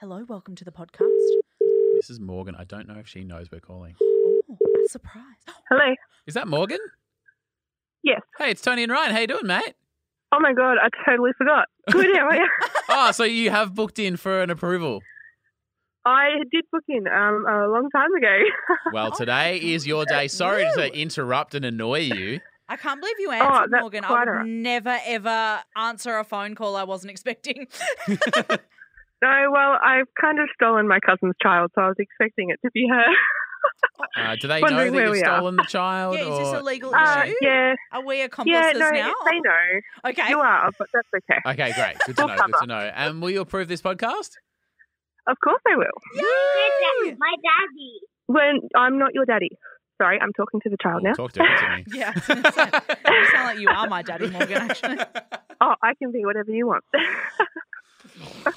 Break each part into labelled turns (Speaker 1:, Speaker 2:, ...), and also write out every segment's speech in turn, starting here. Speaker 1: Hello, welcome to the podcast.
Speaker 2: Mrs. Morgan, I don't know if she knows we're calling.
Speaker 1: Oh, a surprise.
Speaker 3: Hello.
Speaker 2: Is that Morgan?
Speaker 3: Yes.
Speaker 2: Hey, it's Tony and Ryan. How you doing, mate?
Speaker 3: Oh my god, I totally forgot. Good, how are you?
Speaker 2: Oh, so you have booked in for an approval.
Speaker 3: I did book in um, a long time ago.
Speaker 2: Well,
Speaker 1: Oh,
Speaker 2: today
Speaker 1: my
Speaker 2: is your
Speaker 1: God.
Speaker 2: day. Sorry
Speaker 1: Woo.
Speaker 2: to interrupt and annoy you.
Speaker 1: I can't believe you answered,
Speaker 3: Oh, that's
Speaker 1: Morgan. I
Speaker 3: quite
Speaker 1: would
Speaker 3: all right.
Speaker 1: never, ever answer a phone call I wasn't expecting.
Speaker 3: No, well, I've kind of stolen my cousin's child, so I was expecting it to be her.
Speaker 2: Uh, do they know
Speaker 3: Wondering
Speaker 2: that
Speaker 3: where
Speaker 2: you've
Speaker 3: we are.
Speaker 2: stolen the child?
Speaker 1: yeah, is this
Speaker 2: or-
Speaker 1: a legal
Speaker 3: Uh,
Speaker 1: issue?
Speaker 3: yeah,
Speaker 1: Are we
Speaker 3: yeah,
Speaker 1: accomplices
Speaker 3: no,
Speaker 1: now?
Speaker 3: they know.
Speaker 1: Okay.
Speaker 3: You are, but that's okay.
Speaker 2: Okay, great. Good to
Speaker 3: We'll
Speaker 2: know.
Speaker 3: cover.
Speaker 2: Good to know. And will you approve this podcast?
Speaker 3: Of course I will.
Speaker 1: Yay!
Speaker 4: My daddy.
Speaker 3: When I'm not your daddy. Sorry, I'm talking to the child
Speaker 2: Oh,
Speaker 3: now.
Speaker 2: Talk dirty to me.
Speaker 1: Yeah. I was gonna say, You sound like you are my daddy, Morgan, actually.
Speaker 3: Oh, I can be whatever you want.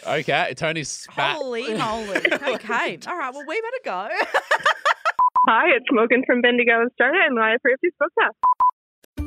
Speaker 2: okay, Tony's spat.
Speaker 1: Holy moly. Okay. All right. Well, we better go.
Speaker 3: Hi, it's Morgan from Bendigo, Australia, and I approve this podcast.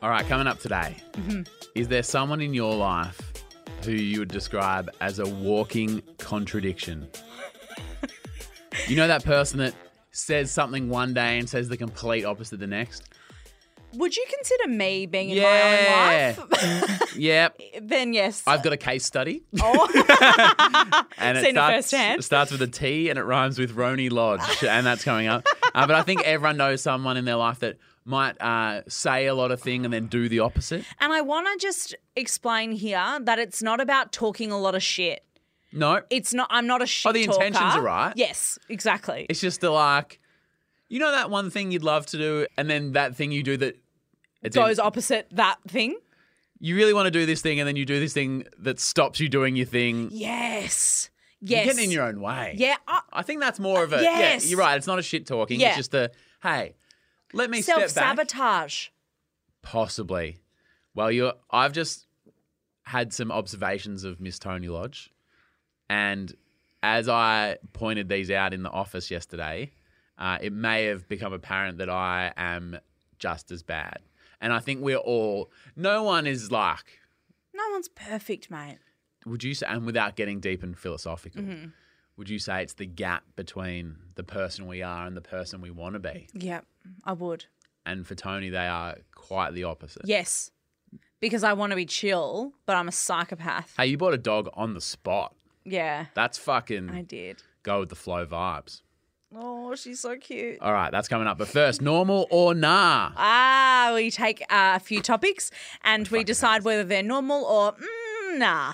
Speaker 2: All right, coming up today.
Speaker 1: Mm-hmm.
Speaker 2: Is there someone in your life who you would describe as a walking contradiction? you know that person that says something one day and says the complete opposite the next?
Speaker 1: Would you consider me being in
Speaker 2: Yeah.
Speaker 1: my own life?
Speaker 2: Yep.
Speaker 1: then yes.
Speaker 2: I've got a case study.
Speaker 1: Oh.
Speaker 2: and
Speaker 1: Seen
Speaker 2: it
Speaker 1: it
Speaker 2: starts,
Speaker 1: firsthand.
Speaker 2: it starts with a T and it rhymes with Rony Lodge, and that's coming up. Uh, but I think everyone knows someone in their life that might uh, say a lot of thing and then do the opposite.
Speaker 1: And I want to just explain here that it's not about talking a lot of shit.
Speaker 2: No,
Speaker 1: It's not. I'm not a shit.
Speaker 2: Oh, the
Speaker 1: talker.
Speaker 2: intentions are right.
Speaker 1: Yes, exactly.
Speaker 2: it's just the like, you know, that one thing you'd love to do, and then that thing you do that
Speaker 1: It
Speaker 2: it's in-
Speaker 1: goes opposite that thing.
Speaker 2: you really want to do this thing, and then you do this thing that stops you doing your thing.
Speaker 1: Yes. Yes.
Speaker 2: You're getting in your own way.
Speaker 1: Yeah. uh, I-
Speaker 2: I think that's more of a
Speaker 1: Yes.
Speaker 2: yeah. You're right. It's not a shit talking.
Speaker 1: Yeah.
Speaker 2: It's just a hey, let me
Speaker 1: Self
Speaker 2: step back.
Speaker 1: sabotage.
Speaker 2: Possibly. Well, you are I've just had some observations of Miss Tony Lodge, and as I pointed these out in the office yesterday, uh, it may have become apparent that I am just as bad. And I think we're all. No one is like.
Speaker 1: No one's perfect, mate.
Speaker 2: Would you say? And without getting deep and philosophical, would you say it's the gap between the person we are and the person we want to be?
Speaker 1: Yeah, I would.
Speaker 2: And for Tony, they are quite the opposite.
Speaker 1: Yes, because I want to be chill, but I'm a psychopath.
Speaker 2: Hey, you bought a dog on the spot.
Speaker 1: yeah,
Speaker 2: That's fucking
Speaker 1: I did.
Speaker 2: go with the flow vibes.
Speaker 1: Oh, she's so cute.
Speaker 2: All right, that's coming up. But first, normal or nah?
Speaker 1: Ah, we take uh, a few topics and we decide whether they're normal or mm, nah.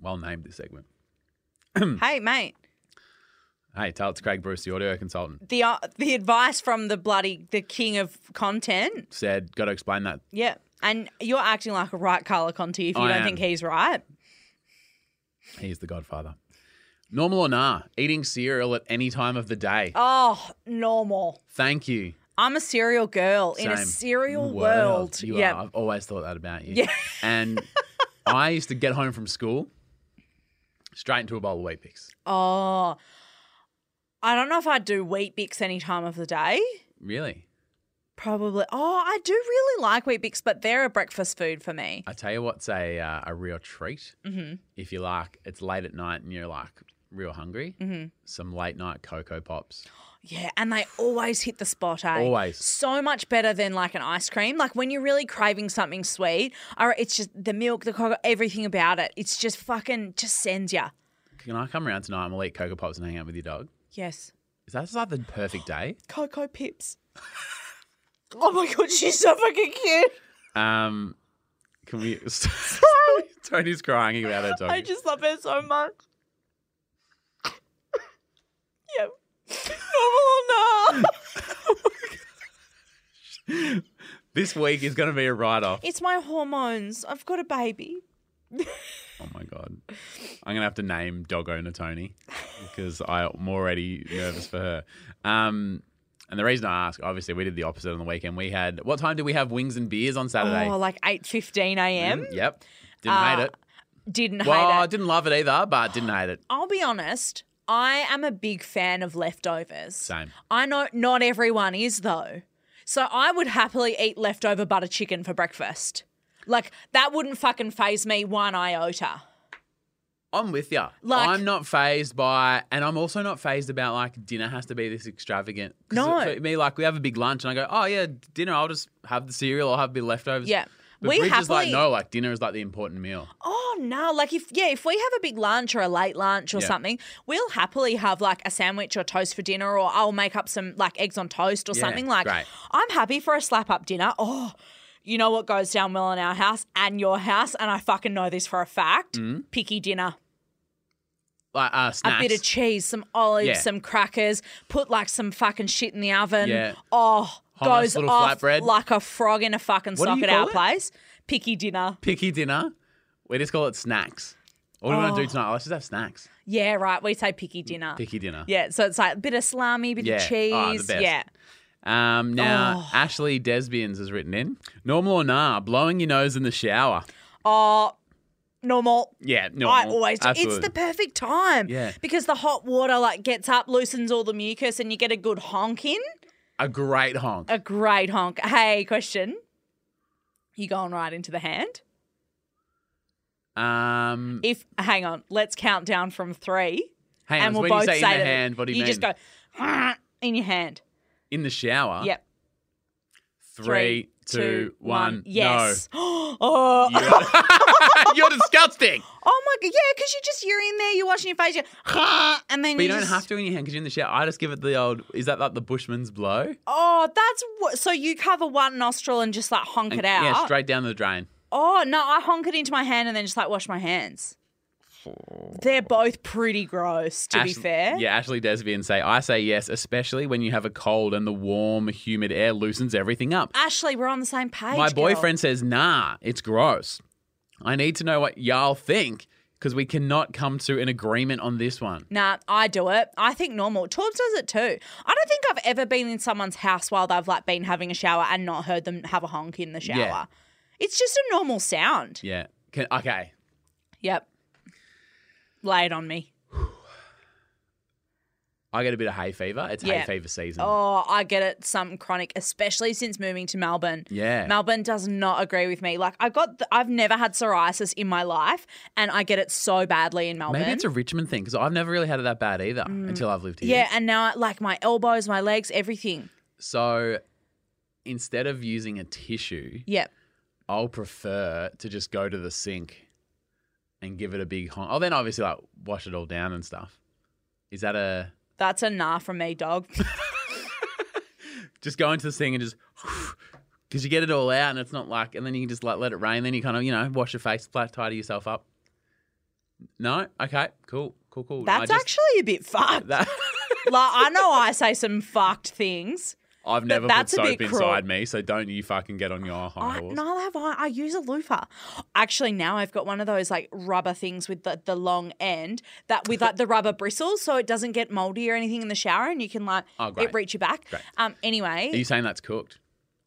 Speaker 2: Well named this segment. Hmm.
Speaker 1: hey, mate.
Speaker 2: Hey, tell it's Craig Bruce, the audio consultant,
Speaker 1: The uh, the advice from the bloody the king of content.
Speaker 2: said, got to explain that.
Speaker 1: Yeah. And you're acting like a right Carla Conti if you
Speaker 2: I
Speaker 1: don't
Speaker 2: am.
Speaker 1: think he's right.
Speaker 2: He's the godfather. Normal or nah? Eating cereal at any time of the day.
Speaker 1: Oh, normal.
Speaker 2: Thank you.
Speaker 1: I'm a serial girl in a
Speaker 2: Same.
Speaker 1: serial
Speaker 2: World.
Speaker 1: world.
Speaker 2: You
Speaker 1: yeah.
Speaker 2: are. I've always thought that about you.
Speaker 1: Yeah.
Speaker 2: And I used to get home from school straight into a bowl of Weet Bix.
Speaker 1: Oh. I don't know if I'd do wheat bix any time of the day.
Speaker 2: Really?
Speaker 1: Probably. Oh, I do really like wheat bix, but they're a breakfast food for me.
Speaker 2: I tell you what's a uh, a real treat if you like. It's late at night and you're like real hungry. Some late night cocoa pops.
Speaker 1: Yeah, and they always hit the spot, eh?
Speaker 2: Always.
Speaker 1: So much better than like an ice cream. Like when you're really craving something sweet, or it's just the milk, the cocoa, everything about it. It's just fucking just sends ya.
Speaker 2: Can I come around tonight and we'll eat cocoa pops and hang out with your dog?
Speaker 1: Yes.
Speaker 2: Is that like the perfect day?
Speaker 1: Cocoa Pips. oh my god, she's so fucking cute.
Speaker 2: Um, can we? Tony's crying about her dog.
Speaker 1: I just love her so much. yep.
Speaker 2: This week is going to be a write off.
Speaker 1: It's my hormones. I've got a baby.
Speaker 2: Oh my god. I'm gonna have to name dog owner Tony because I'm already nervous for her. Um and the reason I ask, obviously, we did the opposite on the weekend. We had what time did we have wings and beers on Saturday? Mm,
Speaker 1: Oh, Ah, like eight fifteen a.m.
Speaker 2: Yep, didn't hate it.
Speaker 1: Didn't
Speaker 2: Well,
Speaker 1: hate
Speaker 2: I
Speaker 1: it.
Speaker 2: didn't love it either, but didn't hate it.
Speaker 1: I'll be honest. I am a big fan of leftovers.
Speaker 2: Same.
Speaker 1: I know not everyone is though. So I would happily eat leftover butter chicken for breakfast. Like that wouldn't fucking phase me one iota.
Speaker 2: I'm with you.
Speaker 1: Like-
Speaker 2: I'm not phased by, and I'm also not phased about like dinner has to be this extravagant. 'Cause
Speaker 1: No.
Speaker 2: for me, like we have a big lunch, and I go, oh yeah, dinner. I'll just have the cereal. I'll have the leftovers.
Speaker 1: Yeah.
Speaker 2: But
Speaker 1: We
Speaker 2: Bridge is like
Speaker 1: happily-
Speaker 2: no, like dinner is like the important meal.
Speaker 1: Oh no, like if yeah, if we have a big lunch or a late lunch or
Speaker 2: Yeah.
Speaker 1: something, we'll happily have like a sandwich or toast for dinner or I'll make up some like eggs on toast or
Speaker 2: Yeah,
Speaker 1: something like
Speaker 2: great.
Speaker 1: I'm happy for a slap up dinner. Oh, you know what goes down well in our house and your house and I fucking know this for a fact.
Speaker 2: Mm.
Speaker 1: Picky dinner.
Speaker 2: Like uh,
Speaker 1: a
Speaker 2: snacks.
Speaker 1: bit of cheese, some olives,
Speaker 2: Yeah.
Speaker 1: some crackers, put like some fucking shit in the oven.
Speaker 2: Yeah.
Speaker 1: Oh,
Speaker 2: Hummus,
Speaker 1: goes
Speaker 2: little
Speaker 1: off
Speaker 2: flatbread.
Speaker 1: like a frog in a fucking
Speaker 2: What do
Speaker 1: sock
Speaker 2: you
Speaker 1: at our
Speaker 2: call it?
Speaker 1: place. Picky dinner.
Speaker 2: picky dinner. We just call it snacks. What do we
Speaker 1: Oh.
Speaker 2: want to do tonight? Let's just have snacks.
Speaker 1: Yeah, right. We say picky dinner.
Speaker 2: Picky dinner.
Speaker 1: Yeah, so it's like a bit of salami, bit
Speaker 2: Yeah.
Speaker 1: of cheese.
Speaker 2: Oh, the best.
Speaker 1: Yeah.
Speaker 2: Um, now,
Speaker 1: Oh.
Speaker 2: Ashley Desbians has written in normal or nah, blowing your nose in the shower.
Speaker 1: Oh, normal.
Speaker 2: Yeah, normal.
Speaker 1: I always do.
Speaker 2: Absolutely.
Speaker 1: It's the perfect time.
Speaker 2: Yeah.
Speaker 1: Because the hot water like gets up, loosens all the mucus, and you get a good honk in.
Speaker 2: a great honk.
Speaker 1: A great honk. Hey, question. You going right into the hand?
Speaker 2: Um,
Speaker 1: If hang on, let's count down from three,
Speaker 2: hang on.
Speaker 1: and
Speaker 2: so
Speaker 1: we'll
Speaker 2: when
Speaker 1: both
Speaker 2: you say,
Speaker 1: say
Speaker 2: in the
Speaker 1: that
Speaker 2: hand, what do you, mean?
Speaker 1: just go in your hand.
Speaker 2: in the shower.
Speaker 1: Yep.
Speaker 2: Three, two, one.
Speaker 1: Yes. oh,
Speaker 2: No. You're, You're disgusting.
Speaker 1: oh my god. Yeah, because you just you're in there, you're washing your face, you're, and then
Speaker 2: But
Speaker 1: you
Speaker 2: you don't
Speaker 1: just-
Speaker 2: have to in your hand because you're in the shower. I just give it the old. Is that like the bushman's blow?
Speaker 1: Oh, that's what. So you cover one nostril and just like honk it out.
Speaker 2: Yeah, straight down the drain.
Speaker 1: Oh no, I honk it into my hand and then just like wash my hands. They're both pretty gross, to be
Speaker 2: Ashley-
Speaker 1: fair.
Speaker 2: Yeah, Ashley Desbian say, I say yes, especially when you have a cold and the warm, humid air loosens everything up.
Speaker 1: Ashley, we're on the same page.
Speaker 2: My
Speaker 1: Ah, girl.
Speaker 2: boyfriend says, nah, it's gross. I need to know what y'all think because we cannot come to an agreement on this one.
Speaker 1: Nah, I do it. I think normal. Torbs does it too. I don't think I've ever been in someone's house while they've like been having a shower and not heard them have a honk in the shower.
Speaker 2: Yeah.
Speaker 1: It's just a normal sound.
Speaker 2: Yeah. Can, okay.
Speaker 1: Yep. Lay it on me.
Speaker 2: I get a bit of hay fever. It's
Speaker 1: Yeah.
Speaker 2: hay fever season.
Speaker 1: Oh, I get it. Something chronic, especially since moving to Melbourne.
Speaker 2: Yeah.
Speaker 1: Melbourne does not agree with me. Like I got, th- I've never had psoriasis in my life, and I get it so badly in Melbourne.
Speaker 2: Maybe it's a Richmond thing because I've never really had it that bad either until I've lived here.
Speaker 1: Mm. yeah, and now like my elbows, my legs, everything.
Speaker 2: So instead of using a tissue,
Speaker 1: Yep.
Speaker 2: I'll prefer to just go to the sink and give it a big honk. I'll then obviously like wash it all down and stuff. Is that a
Speaker 1: That's a nah from me, dog.
Speaker 2: just go into the sink and just because you get it all out and it's not like and then you can just like let it rain. Then you kind of you know wash your face, flat tidy yourself up. No, okay, cool, cool, cool. No, I
Speaker 1: That's
Speaker 2: just-
Speaker 1: actually a bit fucked.
Speaker 2: that-
Speaker 1: like I know I say some fucked things.
Speaker 2: I've never
Speaker 1: that's a
Speaker 2: put soap
Speaker 1: bit cruel.
Speaker 2: inside me, so don't you fucking get on your high
Speaker 1: I,
Speaker 2: horse.
Speaker 1: neither have I. I use a loofah. Actually, now I've got one of those like rubber things with the, the long end that with like the rubber bristles, so it doesn't get moldy or anything in the shower, and you can like
Speaker 2: Oh, great.
Speaker 1: it reach you back.
Speaker 2: Great.
Speaker 1: Um. Anyway,
Speaker 2: Are you saying that's cooked?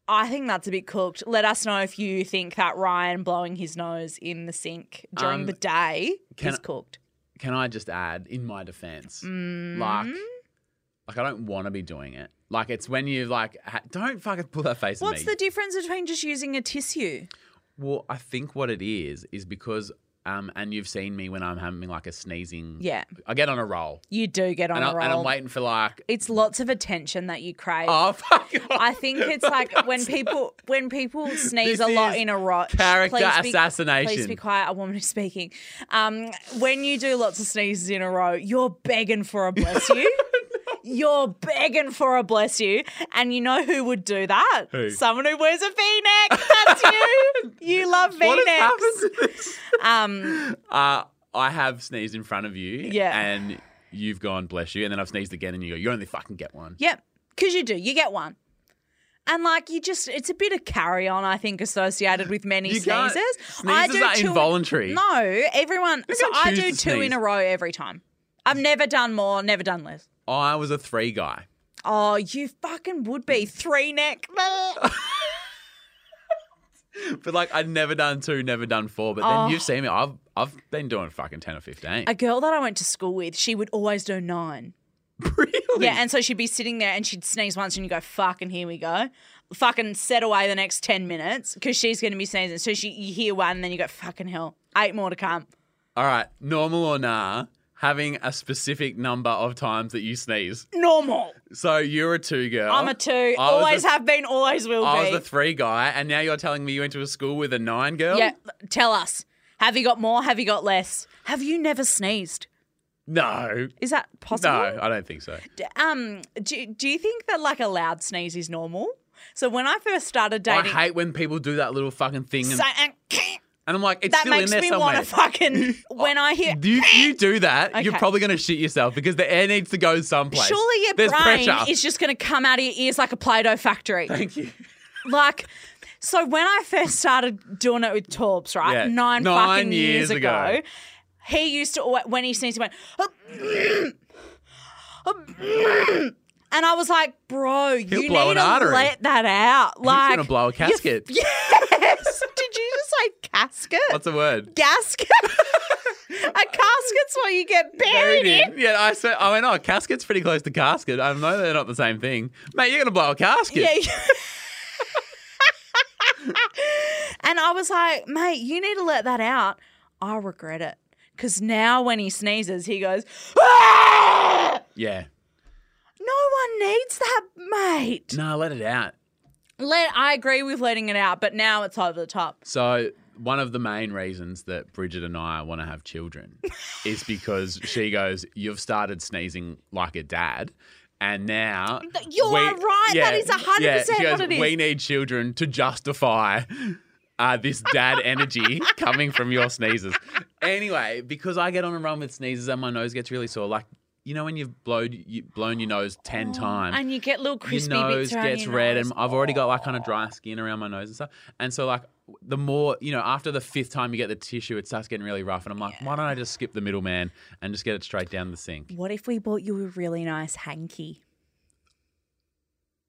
Speaker 1: I think that's a bit cooked. Let us know if you think that Ryan blowing his nose in the sink during
Speaker 2: Um,
Speaker 1: the day is
Speaker 2: can I-
Speaker 1: cooked.
Speaker 2: can I just add in my defense, like,
Speaker 1: Mm.
Speaker 2: like I don't want to be doing it. Like it's when you like ha- don't fucking pull that face
Speaker 1: What's
Speaker 2: at
Speaker 1: the
Speaker 2: me.
Speaker 1: difference between just using a tissue?
Speaker 2: well, I think what it is is because um, and you've seen me when I'm having like a sneezing.
Speaker 1: Yeah.
Speaker 2: I get on a roll,
Speaker 1: You do get on
Speaker 2: and,
Speaker 1: a
Speaker 2: I,
Speaker 1: roll.
Speaker 2: and I'm waiting for like
Speaker 1: It's lots of attention that you crave.
Speaker 2: oh fuck.
Speaker 1: I think it's like when people when people sneeze
Speaker 2: This
Speaker 1: a lot
Speaker 2: is
Speaker 1: in a row.
Speaker 2: character
Speaker 1: please Be,
Speaker 2: assassination.
Speaker 1: please be quiet. A woman is speaking. Um, when you do lots of sneezes in a row, you're begging for a bless you. You're begging for a bless you, and you know who would do that?
Speaker 2: Who?
Speaker 1: Someone who wears a V-neck. That's you. You love
Speaker 2: What
Speaker 1: V-necks.
Speaker 2: has happened to this?
Speaker 1: Um,
Speaker 2: Uh, I have sneezed in front of you.
Speaker 1: Yeah.
Speaker 2: And you've gone bless you, and then I've sneezed again, and you go, you only fucking get one.
Speaker 1: yep, because you do. You get one. And like you just, it's a bit of carry on, I think, associated with many
Speaker 2: You can't-
Speaker 1: sneezes. I
Speaker 2: sneezes
Speaker 1: do
Speaker 2: are
Speaker 1: two in-
Speaker 2: involuntary.
Speaker 1: no, everyone. So
Speaker 2: can't
Speaker 1: I
Speaker 2: choose
Speaker 1: do
Speaker 2: to
Speaker 1: two in
Speaker 2: sneeze.
Speaker 1: a row every time. I've never done more, never done less.
Speaker 2: I was a three guy.
Speaker 1: Oh, you fucking would be three neck.
Speaker 2: But like I'd never done two, never done four. But then you've seen me. I've I've been doing fucking ten or fifteen.
Speaker 1: a girl that Oh. I went to school with, she would always do nine.
Speaker 2: really?
Speaker 1: Yeah, and so she'd be sitting there and she'd sneeze once and you go, fucking here we go. Fucking set away the next 10 minutes because she's going to be sneezing. So she, you hear one and then you go, fucking hell, eight more to come.
Speaker 2: All right. Normal or nah? Having a specific number of times that you sneeze.
Speaker 1: Normal.
Speaker 2: So you're a two girl.
Speaker 1: I'm a two.
Speaker 2: I was
Speaker 1: always
Speaker 2: a-
Speaker 1: have been, always will
Speaker 2: I
Speaker 1: be.
Speaker 2: was a three guy, and now you're telling me you went to a school with a nine girl?
Speaker 1: yeah, tell us. Have you got more? Have you got less? Have you never sneezed?
Speaker 2: No.
Speaker 1: Is that
Speaker 2: No,
Speaker 1: possible?
Speaker 2: I don't think so.
Speaker 1: D- Um, do, do you think that like a loud sneeze is normal? So when I first started
Speaker 2: I
Speaker 1: dating,
Speaker 2: hate when people do that little fucking thing, and,
Speaker 1: So- and-
Speaker 2: and I'm like, it's
Speaker 1: that
Speaker 2: still
Speaker 1: makes
Speaker 2: in there
Speaker 1: me
Speaker 2: somewhere.
Speaker 1: want to fucking when I hear
Speaker 2: Do you, you do that, you're
Speaker 1: Okay.
Speaker 2: probably going to shit yourself because the air needs to go someplace.
Speaker 1: surely your
Speaker 2: There's
Speaker 1: brain
Speaker 2: pressure.
Speaker 1: is just going to come out of your ears like a play-doh factory.
Speaker 2: Thank you.
Speaker 1: like so when I first started doing it with Torbs, right?
Speaker 2: Yeah.
Speaker 1: Nine,
Speaker 2: Nine
Speaker 1: fucking years,
Speaker 2: years
Speaker 1: ago,
Speaker 2: ago.
Speaker 1: he used to alwa- when he sneezed he went and I was like, bro, you
Speaker 2: blow
Speaker 1: need
Speaker 2: an
Speaker 1: to
Speaker 2: artery.
Speaker 1: let that out.
Speaker 2: He's
Speaker 1: Like
Speaker 2: going to blow a casket.
Speaker 1: Yes. Did you just say casket?
Speaker 2: What's the word?
Speaker 1: gasket? a casket's what you get buried in.
Speaker 2: Yeah, I said. I went. Oh, casket's pretty close to casket. I know they're not the same thing, mate. You're gonna blow a casket.
Speaker 1: Yeah. you- and I was like, mate, you need to let that out. I regret it. Because now when he sneezes, he goes, "Ah!"
Speaker 2: Yeah.
Speaker 1: no one needs that, mate.
Speaker 2: No, let it out.
Speaker 1: Let I agree with letting it out, but now it's over the top.
Speaker 2: So one of the main reasons that Bridget and I want to have children is because she goes, "You've started sneezing like a dad." And now
Speaker 1: you are right. That is 100%
Speaker 2: she goes,
Speaker 1: what it is.
Speaker 2: We need children to justify uh, this dad energy coming from your sneezes. Anyway, because I get on a run with sneezes and my nose gets really sore, like you know when you've blown you, blown your nose ten
Speaker 1: Oh,
Speaker 2: times
Speaker 1: And you get little crispy
Speaker 2: your nose
Speaker 1: bits around
Speaker 2: gets
Speaker 1: your
Speaker 2: red,
Speaker 1: nose.
Speaker 2: and I've already got like kind of dry skin around my nose and stuff. And so like the more you know, after the fifth time you get the tissue, it starts getting really rough. And I'm like, why don't I just skip the middleman and just get it straight down the sink?
Speaker 1: What if we bought you a really nice hanky?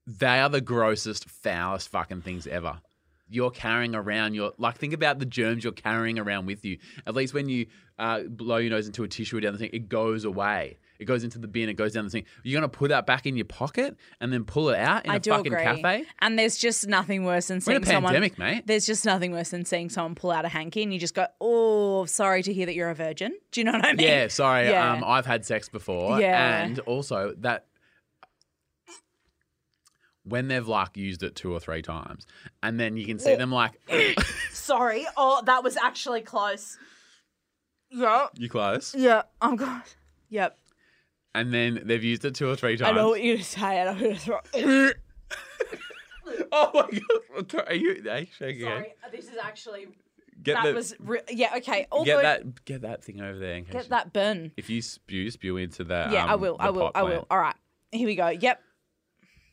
Speaker 2: They are the grossest, foulest fucking things ever. You're carrying around your like think about the germs you're carrying around with you. At least when you uh, blow your nose into a tissue or down the sink, it goes away. It goes into the bin. It goes down the sink. You're gonna put that back in your pocket and then pull it out in a
Speaker 1: I do
Speaker 2: fucking
Speaker 1: agree.
Speaker 2: cafe.
Speaker 1: And there's just nothing worse than
Speaker 2: We're
Speaker 1: seeing
Speaker 2: in a
Speaker 1: someone.
Speaker 2: pandemic, mate.
Speaker 1: There's just nothing worse than seeing someone pull out a hanky and you just go, "Oh, sorry to hear that you're a virgin." Do you know what I mean?
Speaker 2: Yeah, sorry.
Speaker 1: Yeah.
Speaker 2: Um, I've had sex before.
Speaker 1: Yeah.
Speaker 2: And also that when they've like used it two or three times, and then you can see them like
Speaker 1: Sorry. Oh, that was actually close. Yeah.
Speaker 2: you close,
Speaker 1: Yeah. I'm going. Yep.
Speaker 2: and then they've used it two or three
Speaker 1: I
Speaker 2: times.
Speaker 1: know what you're gonna say. and I'm gonna throw.
Speaker 2: Oh my god! Are you are you shaking?
Speaker 1: Sorry. Uh, This is actually.
Speaker 2: Get
Speaker 1: that
Speaker 2: the-
Speaker 1: was. Re- yeah. Okay. All
Speaker 2: Get
Speaker 1: good.
Speaker 2: that get that thing over there. In case
Speaker 1: Get
Speaker 2: you-
Speaker 1: that burn.
Speaker 2: If you spew, spew into the
Speaker 1: Yeah. I
Speaker 2: um,
Speaker 1: will.
Speaker 2: the
Speaker 1: I will.
Speaker 2: pot
Speaker 1: I will.
Speaker 2: plant.
Speaker 1: All right. Here we go. Yep.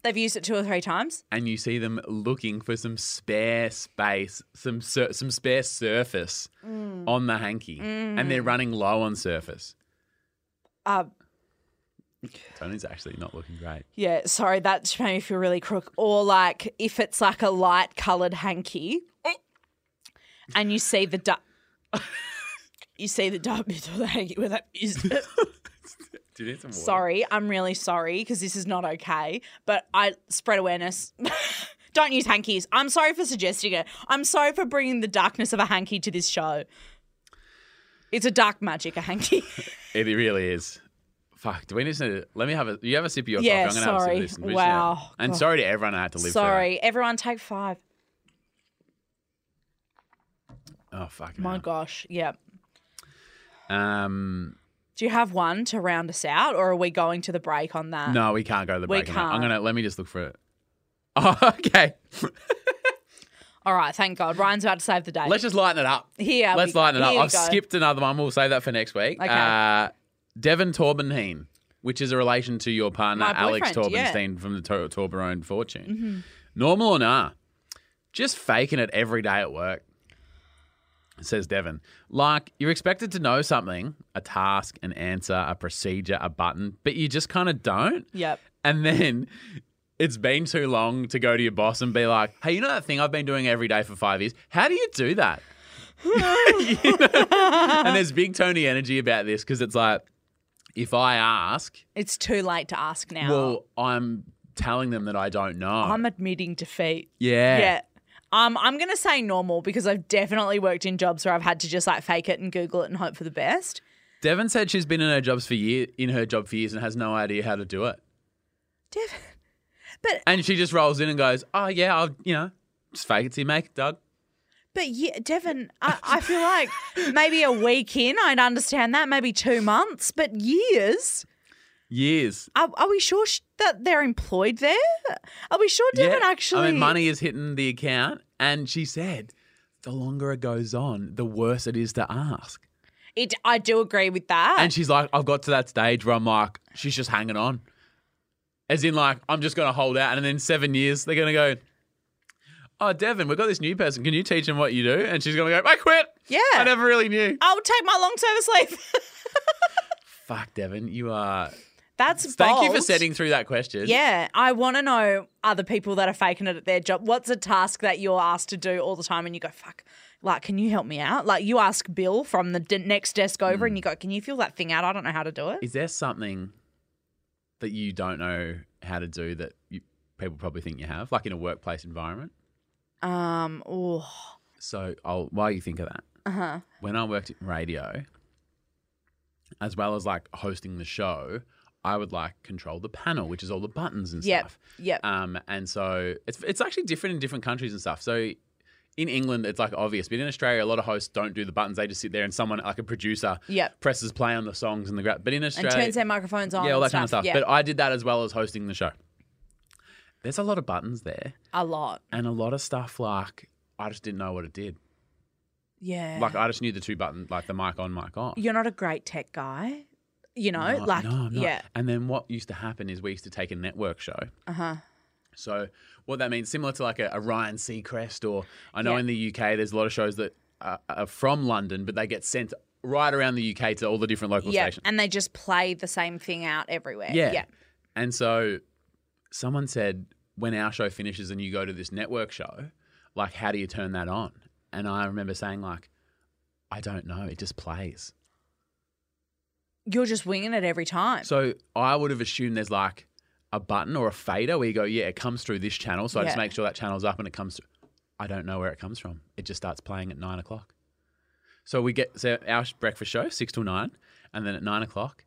Speaker 1: They've used it two or three times.
Speaker 2: And you see them looking for some spare space, some sur- some spare surface
Speaker 1: Mm.
Speaker 2: on the hanky, and they're running low on surface.
Speaker 1: Uh,
Speaker 2: Tony's actually not looking great.
Speaker 1: Yeah, sorry, that just made me feel really crook. Or like if it's like a light coloured hanky, and you see the dark, you see the dark bit of the hanky where that is.
Speaker 2: Do you need some water?
Speaker 1: sorry, I'm really sorry because this is not okay. But I spread awareness. Don't use hankies. I'm sorry for suggesting it. I'm sorry for bringing the darkness of a hanky to this show. It's a dark magic, a hanky.
Speaker 2: It really is. Fuck. Do we need to? Let me have a. You have a sip of your
Speaker 1: Yeah,
Speaker 2: coffee. I'm gonna
Speaker 1: sorry.
Speaker 2: have a sip of this. and we
Speaker 1: Wow.
Speaker 2: should have- And
Speaker 1: God.
Speaker 2: sorry to everyone I had to live through
Speaker 1: sorry, everyone, take five.
Speaker 2: that. Oh fuck.
Speaker 1: My
Speaker 2: man.
Speaker 1: gosh, yeah.
Speaker 2: Um.
Speaker 1: Do you have one to round us out, or are we going to the break on that?
Speaker 2: No, we can't go to the
Speaker 1: We
Speaker 2: break. on that. I'm
Speaker 1: can't.
Speaker 2: gonna. Let me just look for it. Oh, okay.
Speaker 1: All right, thank God. Ryan's about to save the day.
Speaker 2: Let's just lighten it up.
Speaker 1: Here
Speaker 2: Let's
Speaker 1: we-
Speaker 2: lighten it up.
Speaker 1: here we
Speaker 2: I've
Speaker 1: go.
Speaker 2: skipped another one. We'll save that for next week.
Speaker 1: Okay.
Speaker 2: Uh, Devin Torbenheen, which is a relation to your partner
Speaker 1: My
Speaker 2: Alex
Speaker 1: boyfriend, yeah. Mm-hmm.
Speaker 2: Torbenstein from the Tor- Torberone fortune. Normal or nah? Just faking it every day at work, says Devon. Like, you're expected to know something a task, an answer, a procedure, a button, but you just kind of don't.
Speaker 1: Yep.
Speaker 2: And then it's been too long to go to your boss and be like, hey, you know that thing I've been doing every day for five years? How do you do that? You know? And there's big Tony energy about this because it's like, if I ask,
Speaker 1: It's too late to ask now.
Speaker 2: well, I'm telling them that I don't know.
Speaker 1: I'm admitting defeat.
Speaker 2: yeah.
Speaker 1: Yeah. Um, I'm gonna say normal because I've definitely worked in jobs where I've had to just like fake it and Google it and hope for the best.
Speaker 2: Devon said she's been in her jobs for year in her job for years and has no idea how to do it.
Speaker 1: Dev-
Speaker 2: And she just rolls in and goes, "Oh yeah, I'll you know, just fake it till you make it, Doug."
Speaker 1: But yeah, Devon, I, I feel like maybe a week in, I'd understand that. Maybe two months, but years.
Speaker 2: Years.
Speaker 1: Are, are we sure sh- that they're employed there? Are we sure Devon
Speaker 2: yeah.
Speaker 1: actually?
Speaker 2: I mean, money is hitting the account, and she said, "The longer it goes on, the worse it is to ask."
Speaker 1: It, I do agree with that.
Speaker 2: And she's like, "I've got to that stage where I'm like, she's just hanging on." As in, like, I'm just gonna hold out, and then seven years they're gonna go, "Oh, Devon, we've got this new person. Can you teach him what you do?" And she's gonna go, "I quit.
Speaker 1: Yeah.
Speaker 2: I never really knew."
Speaker 1: I'll take my long service leave.
Speaker 2: Fuck, Devon, you are.
Speaker 1: That's
Speaker 2: Thank you for
Speaker 1: bold.
Speaker 2: setting through that question.
Speaker 1: Yeah, I want to know other people that are faking it at their job. What's a task that you're asked to do all the time and you go, fuck, like, can you help me out? Like, you ask Bill from the d- next desk over and you go, can you fill that thing out? I don't know how to do it.
Speaker 2: Hmm. Is there something that you don't know how to do that you, people probably think you have, like in a workplace environment?
Speaker 1: Um, oh,
Speaker 2: So, I'll, while you think of that, uh-huh. when I worked in radio, as well as like hosting the show, I would like control the panel, which is all the buttons and
Speaker 1: Yep,
Speaker 2: stuff.
Speaker 1: yep.
Speaker 2: Um, and so it's it's actually different in different countries and stuff. So in England, it's like obvious, but in Australia, a lot of hosts don't do the buttons. They just sit there and someone like a producer
Speaker 1: Yep.
Speaker 2: presses play on the songs and the gra- but in
Speaker 1: and
Speaker 2: Australia,
Speaker 1: turns their microphones on.
Speaker 2: yeah, all
Speaker 1: and
Speaker 2: that kind of stuff.
Speaker 1: Yeah,
Speaker 2: But I did that as well as hosting the show. There's a lot of buttons there,
Speaker 1: a lot.
Speaker 2: and a lot of stuff like I just didn't know what it did.
Speaker 1: Yeah.
Speaker 2: Like I just knew the two buttons, like the mic on, mic off.
Speaker 1: you're not a great tech guy, you know?
Speaker 2: No,
Speaker 1: like,
Speaker 2: no, I'm not.
Speaker 1: yeah.
Speaker 2: And then what used to happen is we used to take a network show. Uh
Speaker 1: Uh-huh.
Speaker 2: huh. So what that means, similar to like a, a Ryan Seacrest, or I know
Speaker 1: Yeah.
Speaker 2: in the UK there's a lot of shows that are, are from London, but they get sent right around the UK to all the different local
Speaker 1: Yeah.
Speaker 2: stations.
Speaker 1: And they just play the same thing out everywhere.
Speaker 2: Yeah.
Speaker 1: Yeah.
Speaker 2: And so someone said, when our show finishes and you go to this network show, like, how do you turn that on? And I remember saying, like, I don't know. It just plays.
Speaker 1: You're just winging it every time.
Speaker 2: So I would have assumed there's like a button or a fader where you go, yeah, it comes through this channel. So I just
Speaker 1: Yeah.
Speaker 2: make sure that channel's up and it comes through. I don't know where it comes from. It just starts playing at nine o'clock. So we get so our sh- breakfast show, six till nine. And then at nine o'clock,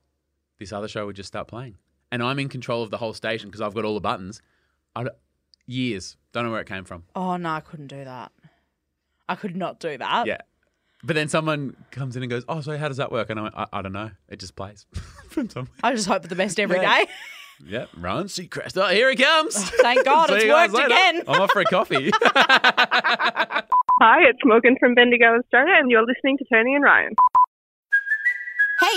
Speaker 2: this other show would just start playing. And I'm in control of the whole station because I've got all the buttons. I don't- years. Don't know where it came from.
Speaker 1: oh, no, I couldn't do that. I could not do that.
Speaker 2: Yeah. But then someone comes in and goes, oh, so how does that work? And I went, I, I don't know. It just plays from somewhere.
Speaker 1: I just hope for the best every day.
Speaker 2: Yeah. Yep, Ryan Seacrest. Oh, here he comes.
Speaker 1: thank God,
Speaker 2: See
Speaker 1: it's
Speaker 2: you guys
Speaker 1: worked
Speaker 2: later.
Speaker 1: again.
Speaker 2: "Oh, I'm off for a coffee.
Speaker 3: Hi, it's Morgan from Bendigo, Australia, and you're listening to Tony and Ryan.
Speaker 4: Hey,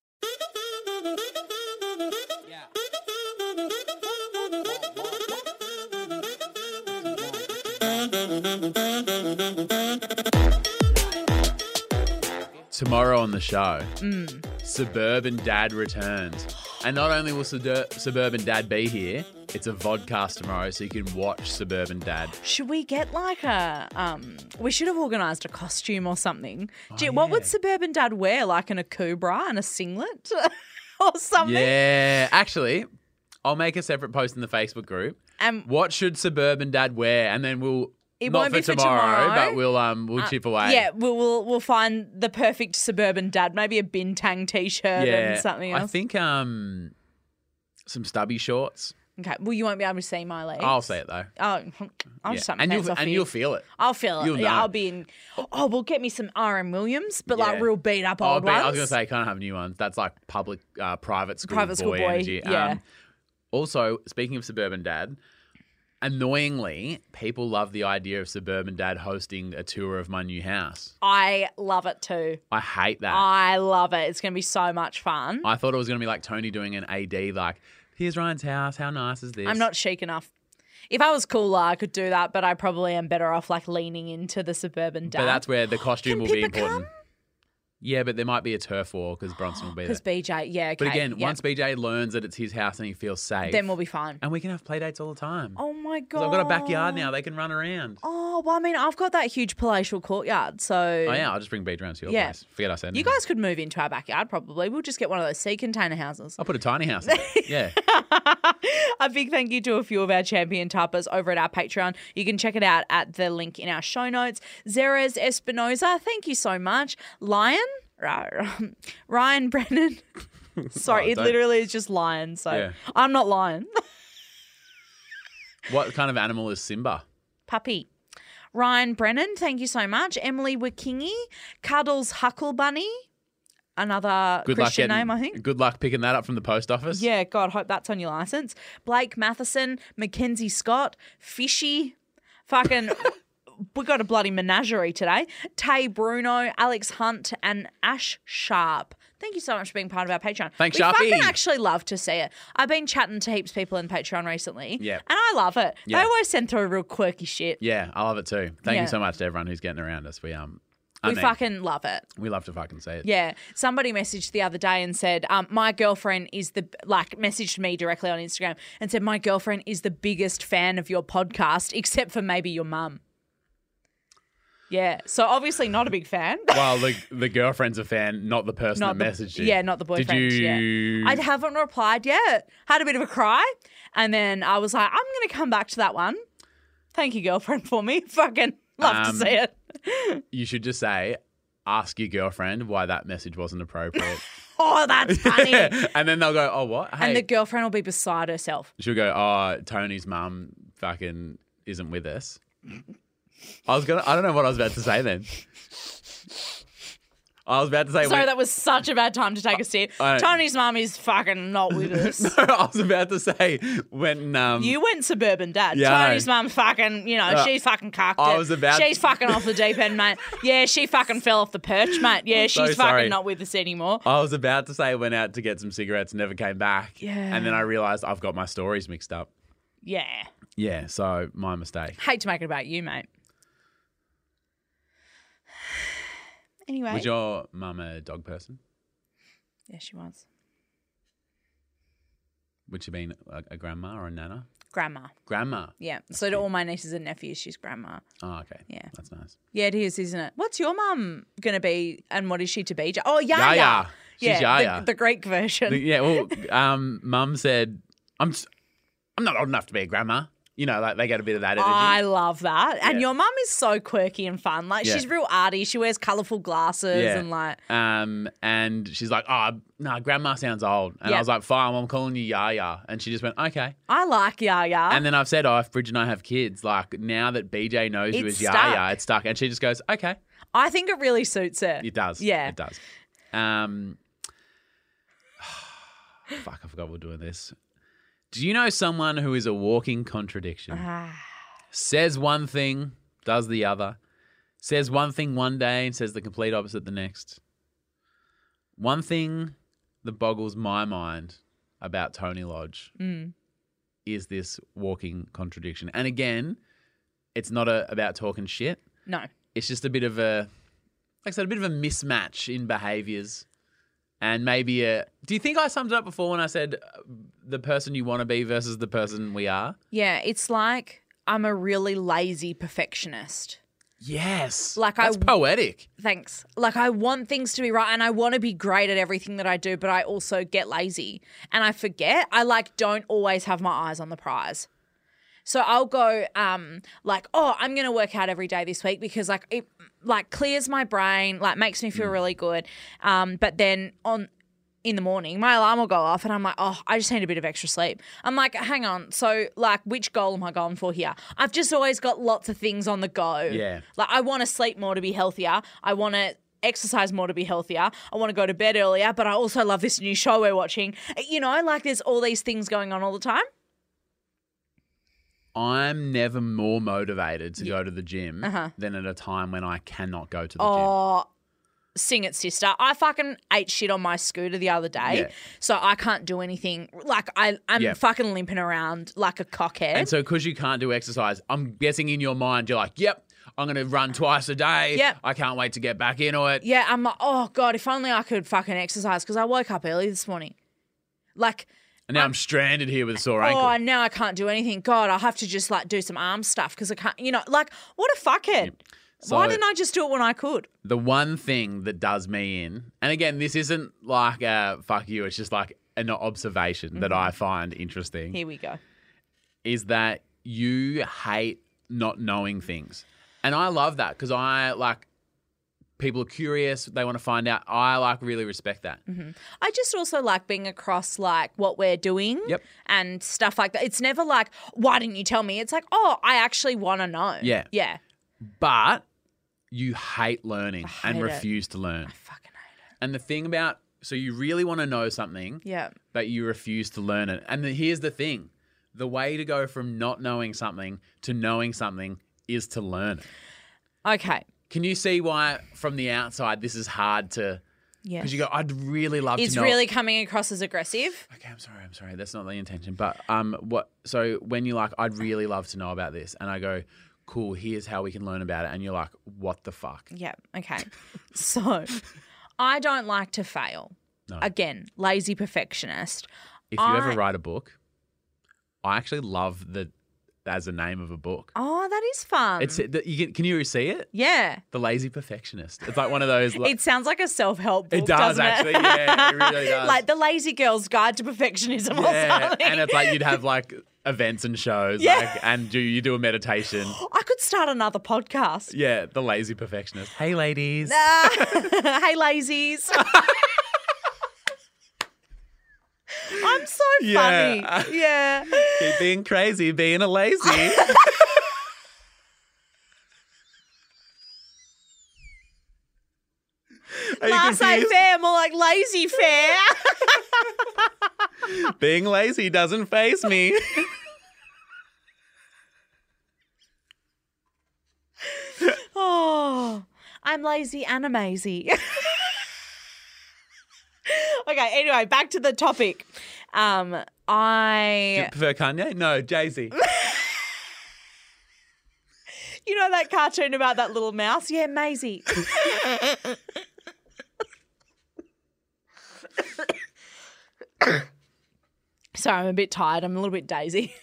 Speaker 2: Tomorrow on the show,
Speaker 1: Mm.
Speaker 2: Suburban Dad returns. And not only will Sud- Suburban Dad be here, It's a vodcast tomorrow, so you can watch Suburban Dad.
Speaker 1: Should we get like a um we should have organised a costume or something. Do
Speaker 2: Oh,
Speaker 1: you- what would suburban dad wear? Like an a cobra and a singlet or something?
Speaker 2: Yeah, actually, I'll make a separate post in the Facebook group.
Speaker 1: Um,
Speaker 2: What should Suburban Dad wear? And then we'll
Speaker 1: It
Speaker 2: not
Speaker 1: won't
Speaker 2: for,
Speaker 1: be for
Speaker 2: tomorrow,
Speaker 1: tomorrow. Uh,
Speaker 2: but we'll um we'll chip away.
Speaker 1: Yeah, we'll, we'll we'll find the perfect suburban dad, maybe a bintang t-shirt and something else.
Speaker 2: I think um some stubby shorts.
Speaker 1: okay, well you won't be able to see my legs.
Speaker 2: I'll say it though.
Speaker 1: Oh, I'll
Speaker 2: Yeah.
Speaker 1: just something
Speaker 2: and you'll
Speaker 1: off
Speaker 2: and
Speaker 1: you.
Speaker 2: you'll feel it.
Speaker 1: I'll feel it.
Speaker 2: You'll
Speaker 1: Yeah,
Speaker 2: know.
Speaker 1: I'll be in. Oh, we'll get me some RM Williams, but like
Speaker 2: Yeah.
Speaker 1: real beat up
Speaker 2: Oh,
Speaker 1: old
Speaker 2: but
Speaker 1: ones.
Speaker 2: I was going to say, can't have new ones. That's like public, uh, private school
Speaker 1: Private school
Speaker 2: boy,
Speaker 1: boy,
Speaker 2: energy. Um,
Speaker 1: yeah.
Speaker 2: also, speaking of suburban dad, annoyingly, people love the idea of suburban dad hosting a tour of my new house.
Speaker 1: I love it too.
Speaker 2: I hate that.
Speaker 1: I love it. It's going to be so much fun.
Speaker 2: I thought it was going to be like Tony doing an AD, like, here's Ryan's house. How nice is this?
Speaker 1: I'm not chic enough. If I was cooler, I could do that, but I probably am better off like leaning into the suburban dad.
Speaker 2: But that's where the costume
Speaker 1: Can
Speaker 2: will be
Speaker 1: Pippa
Speaker 2: important. Yeah, but there might be a turf war because Bronson will be there.
Speaker 1: because BJ, yeah. Okay,
Speaker 2: But again,
Speaker 1: yeah.
Speaker 2: once BJ learns that it's his house and he feels safe,
Speaker 1: then we'll be fine.
Speaker 2: and we can have play dates all the time.
Speaker 1: Oh my god!
Speaker 2: 'Cause I've got a backyard now; they can run around.
Speaker 1: Oh well, I mean, I've got that huge palatial courtyard, so
Speaker 2: Oh yeah, I'll just bring Beach around to your
Speaker 1: Yeah.
Speaker 2: place. Forget I said.
Speaker 1: you
Speaker 2: anything.
Speaker 1: guys could move into our backyard. Probably, we'll just get one of those sea container houses.
Speaker 2: I'll put a tiny house. in it. yeah,
Speaker 1: a big thank you to a few of our champion tappers over at our Patreon. You can check it out at the link in our show notes. Zeres Espinoza, thank you so much. Lion, um, Ryan Brennan. Sorry,
Speaker 2: Oh,
Speaker 1: it
Speaker 2: don't-
Speaker 1: literally is just lion. So
Speaker 2: Yeah.
Speaker 1: I'm not lion.
Speaker 2: what kind of animal is Simba?
Speaker 1: Puppy. Ryan Brennan, thank you so much. Emily Wikingi, Cuddles Huckle Bunny, another
Speaker 2: Good
Speaker 1: Christian
Speaker 2: luck getting,
Speaker 1: name, I think.
Speaker 2: Good luck picking that up from the post office.
Speaker 1: Yeah, God, hope that's on your license. Blake Matheson, Mackenzie Scott, Fishy, fucking. we got a bloody menagerie today. Tay Bruno, Alex Hunt, and Ash Sharp. Thank you so much for being part of our Patreon.
Speaker 2: Thanks,
Speaker 1: we We
Speaker 2: Sharpie.
Speaker 1: fucking actually love to see it. I've been chatting to heaps of people in Patreon recently.
Speaker 2: Yeah.
Speaker 1: And I love it. They
Speaker 2: Yeah.
Speaker 1: always send through real quirky shit.
Speaker 2: yeah, I love it too. Thank
Speaker 1: Yeah.
Speaker 2: you so much to everyone who's getting around us. We um, I
Speaker 1: We
Speaker 2: mean,
Speaker 1: fucking love it.
Speaker 2: we love to fucking say it.
Speaker 1: Yeah. Somebody messaged the other day and said, um, my girlfriend is the, like, messaged me directly on Instagram and said, my girlfriend is the biggest fan of your podcast, except for maybe your mum. Yeah. So obviously not a big fan.
Speaker 2: Well, the the girlfriend's a fan, not the person
Speaker 1: Not the,
Speaker 2: that messaged you.
Speaker 1: yeah, not the boyfriend.
Speaker 2: Did you?
Speaker 1: Yeah. I haven't replied yet. Had a bit of a cry, and then I was like, "I'm going to come back to that one." Thank you, girlfriend, for me. Fucking love
Speaker 2: Um,
Speaker 1: to see it.
Speaker 2: You should just say, ask your girlfriend why that message wasn't appropriate,
Speaker 1: Oh, that's funny.
Speaker 2: and then they'll go, "Oh, what?" Hey.
Speaker 1: And the girlfriend will be beside herself.
Speaker 2: She'll go, "Oh, Tony's mum fucking isn't with us." I was gonna. I don't know what I was about to say then. I was about to say.
Speaker 1: Sorry,
Speaker 2: when-
Speaker 1: that was such a bad time to take a sip.
Speaker 2: Uh, I-
Speaker 1: Tony's mum is fucking not with us.
Speaker 2: I was about to say when um,
Speaker 1: You went suburban dad.
Speaker 2: Yeah, I Uh,
Speaker 1: Tony's mum fucking, you know, she's fucking cocked.
Speaker 2: I
Speaker 1: it.
Speaker 2: was about-
Speaker 1: She's fucking off the deep end, mate. Yeah, she fucking fell off the perch, mate. Yeah, she's
Speaker 2: so
Speaker 1: fucking
Speaker 2: sorry.
Speaker 1: not with us anymore.
Speaker 2: I was about to say went out to get some cigarettes, never came back. Yeah. And then I realized I've got my stories mixed up.
Speaker 1: Yeah.
Speaker 2: Yeah. So my mistake.
Speaker 1: Hate to make it about you, mate. Anyway.
Speaker 2: Was your mum a dog person?
Speaker 1: yeah, she was.
Speaker 2: Would she been a, a grandma or a nana?
Speaker 1: Grandma.
Speaker 2: Grandma.
Speaker 1: Yeah. So to all my nieces and nephews, she's grandma.
Speaker 2: Oh, okay.
Speaker 1: Yeah.
Speaker 2: That's nice.
Speaker 1: Yeah, it is, isn't it? What's your mum going to be and what is she to be? Ja- Oh, Yaya.
Speaker 2: Yaya. She's
Speaker 1: yeah, the-
Speaker 2: Yaya.
Speaker 1: The, Greek version.
Speaker 2: yeah. Well, um, mum said, "I'm, s- I'm not old enough to be a grandma." You know, like they get a bit of that energy.
Speaker 1: I love that. And
Speaker 2: Yeah.
Speaker 1: your mum is so quirky and fun. Like,
Speaker 2: Yeah.
Speaker 1: she's real arty. She wears colourful glasses
Speaker 2: Yeah.
Speaker 1: and, like,
Speaker 2: Um, and she's like, "Oh, nah, grandma sounds old." And
Speaker 1: Yeah.
Speaker 2: I was like, "Fine, I'm calling you Yaya." And she just went, "Okay."
Speaker 1: I like Yaya.
Speaker 2: And then I've said, "Oh, if Bridge and I have kids, like now that BJ knows you
Speaker 1: It's
Speaker 2: as
Speaker 1: stuck.
Speaker 2: Yaya, it's stuck." And she just goes, "Okay."
Speaker 1: I think it really suits her.
Speaker 2: It does.
Speaker 1: Yeah.
Speaker 2: It does. Um, fuck, I forgot we're doing this. Do you know someone who is a walking contradiction?
Speaker 1: Ah.
Speaker 2: Says one thing, does the other. Says one thing one day and says the complete opposite the next. One thing that boggles my mind about Tony Lodge
Speaker 1: Mm.
Speaker 2: is this walking contradiction. And again, it's not a, about talking shit
Speaker 1: No.
Speaker 2: it's just a bit of a like I said, a bit of a mismatch in behaviours and maybe a. Do you think I summed it up before when I said uh, the person you want to be versus the person we are?
Speaker 1: Yeah, it's like I'm a really lazy perfectionist.
Speaker 2: Yes.
Speaker 1: Like, I
Speaker 2: That's poetic.
Speaker 1: Thanks. Like I want things to be right and I want to be great at everything that I do, but I also get lazy and I forget. I like don't always have my eyes on the prize. So I'll go um like, "Oh, I'm going to work out every day this week because like it like clears my brain, like makes me feel really good." Um but then on in the morning, my alarm will go off and I'm like, oh, I just need a bit of extra sleep. I'm like, hang on. So, like, which goal am I going for here? I've just always got lots of things on the go.
Speaker 2: Yeah.
Speaker 1: Like, I want to sleep more to be healthier. I want to exercise more to be healthier. I want to go to bed earlier, but I also love this new show we're watching. You know, like, there's all these things going on all the time.
Speaker 2: I'm never more motivated to go to the gym
Speaker 1: Uh-huh.
Speaker 2: than at a time when I cannot go to the gym.
Speaker 1: Oh, sing it, sister. I fucking ate shit on my scooter the other day,
Speaker 2: Yeah.
Speaker 1: so I can't do anything. Like, I, I'm
Speaker 2: Yeah.
Speaker 1: fucking limping around like a cockhead.
Speaker 2: And so, because you can't do exercise, I'm guessing in your mind, you're like, yep, I'm going to run twice a day.
Speaker 1: Yep.
Speaker 2: I can't wait to get back into it.
Speaker 1: Yeah, I'm like, oh god, if only I could fucking exercise because I woke up early this morning. Like,
Speaker 2: And now I'm, stranded here with a sore ankle.
Speaker 1: oh, and now I can't do anything. God, I'll have to just like do some arm stuff because I can't. You know, like, what a fuckhead. Why
Speaker 2: So-
Speaker 1: didn't I just do it when I could?
Speaker 2: the one thing that does me in, and again, this isn't like a fuck you, it's just like an observation that
Speaker 1: Mm-hmm.
Speaker 2: I find interesting,
Speaker 1: Here we go.
Speaker 2: is that you hate not knowing things. And I love that because I like people are curious, they want to find out. I like really respect that.
Speaker 1: I just also like being across like what we're doing
Speaker 2: Yep.
Speaker 1: and stuff like that. It's never like, why didn't you tell me? It's like, oh, I actually want to know.
Speaker 2: Yeah.
Speaker 1: Yeah.
Speaker 2: But you hate learning
Speaker 1: hate
Speaker 2: and
Speaker 1: it.
Speaker 2: refuse to learn.
Speaker 1: Fucking hate
Speaker 2: And the thing about, so you really want to know something,
Speaker 1: it. Yeah.
Speaker 2: but you refuse to learn it. And the, here's the thing the way to go from not knowing something to knowing something is to learn it.
Speaker 1: Okay.
Speaker 2: Can you see why, from the outside, this is hard to?
Speaker 1: Yeah.
Speaker 2: Because you go, I'd really love
Speaker 1: It's
Speaker 2: to know.
Speaker 1: really coming across as aggressive.
Speaker 2: okay. I'm sorry. I'm sorry. That's not the intention. But um, what? So when you're like, I'd really love to know about this, and I go, cool. Here's how we can learn about it, and you're like, what the fuck?
Speaker 1: Yeah. Okay. So I don't like to fail.
Speaker 2: No.
Speaker 1: Again, lazy perfectionist.
Speaker 2: If you ever
Speaker 1: I-
Speaker 2: write a book, I actually love the as a name of a book.
Speaker 1: Oh, that is fun.
Speaker 2: It's the, you can, can you see it?
Speaker 1: yeah.
Speaker 2: The Lazy Perfectionist. It's like one of those. Like,
Speaker 1: It sounds like a self help book.
Speaker 2: It does,
Speaker 1: doesn't
Speaker 2: actually. Yeah, it really does.
Speaker 1: like the Lazy Girl's Guide to Perfectionism or
Speaker 2: yeah,
Speaker 1: something.
Speaker 2: and it's like you'd have like events and shows,
Speaker 1: Yeah.
Speaker 2: like, and do you do a meditation?
Speaker 1: I could start another podcast.
Speaker 2: Yeah, the Lazy Perfectionist. Hey, ladies.
Speaker 1: Ah, hey, lazies. I'm so funny.
Speaker 2: Yeah.
Speaker 1: Yeah.
Speaker 2: Keep being crazy, being a lazy. Are you
Speaker 1: Laissez
Speaker 2: confused?
Speaker 1: fair, more like lazy fair.
Speaker 2: Being lazy doesn't phase me.
Speaker 1: Oh, I'm lazy and amazy. okay, anyway, back to the topic. Um,
Speaker 2: Do
Speaker 1: I,
Speaker 2: you prefer Kanye? No, Jay Z.
Speaker 1: you know that cartoon about that little mouse? Yeah, Maisie. Sorry, I'm a bit tired. I'm a little bit daisy.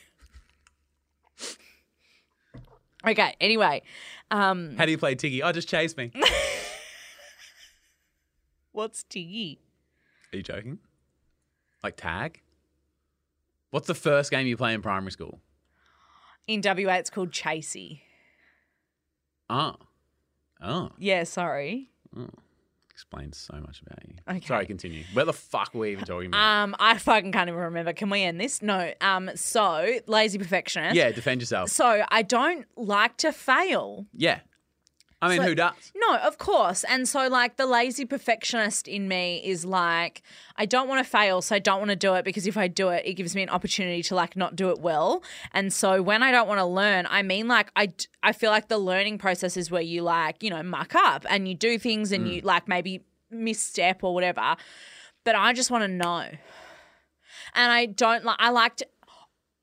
Speaker 1: okay, anyway, um,
Speaker 2: How do you play Tiggy? Oh, just chase me. Are
Speaker 1: what's Tiggy?
Speaker 2: you joking? Like tag? What's the first game you play in primary school?
Speaker 1: In WA, it's called Chasey.
Speaker 2: Oh. Oh.
Speaker 1: Yeah, sorry.
Speaker 2: Explains so much about you.
Speaker 1: Okay.
Speaker 2: Sorry, continue. Where the fuck were we even talking about?
Speaker 1: Um, I fucking can't even remember. Can we end this? No. Um, so lazy perfectionist.
Speaker 2: yeah, defend yourself.
Speaker 1: So I don't like to fail.
Speaker 2: yeah. I mean,
Speaker 1: So-
Speaker 2: who does?
Speaker 1: No, of course. And so like the lazy perfectionist in me is like, I don't want to fail, so I don't want to do it because if I do it, it gives me an opportunity to like not do it well. And so when I don't want to learn, I mean like I d- I feel like the learning process is where you like, you know, muck up and you do things and you like maybe misstep or whatever. But I just want to know. And I don't like I like to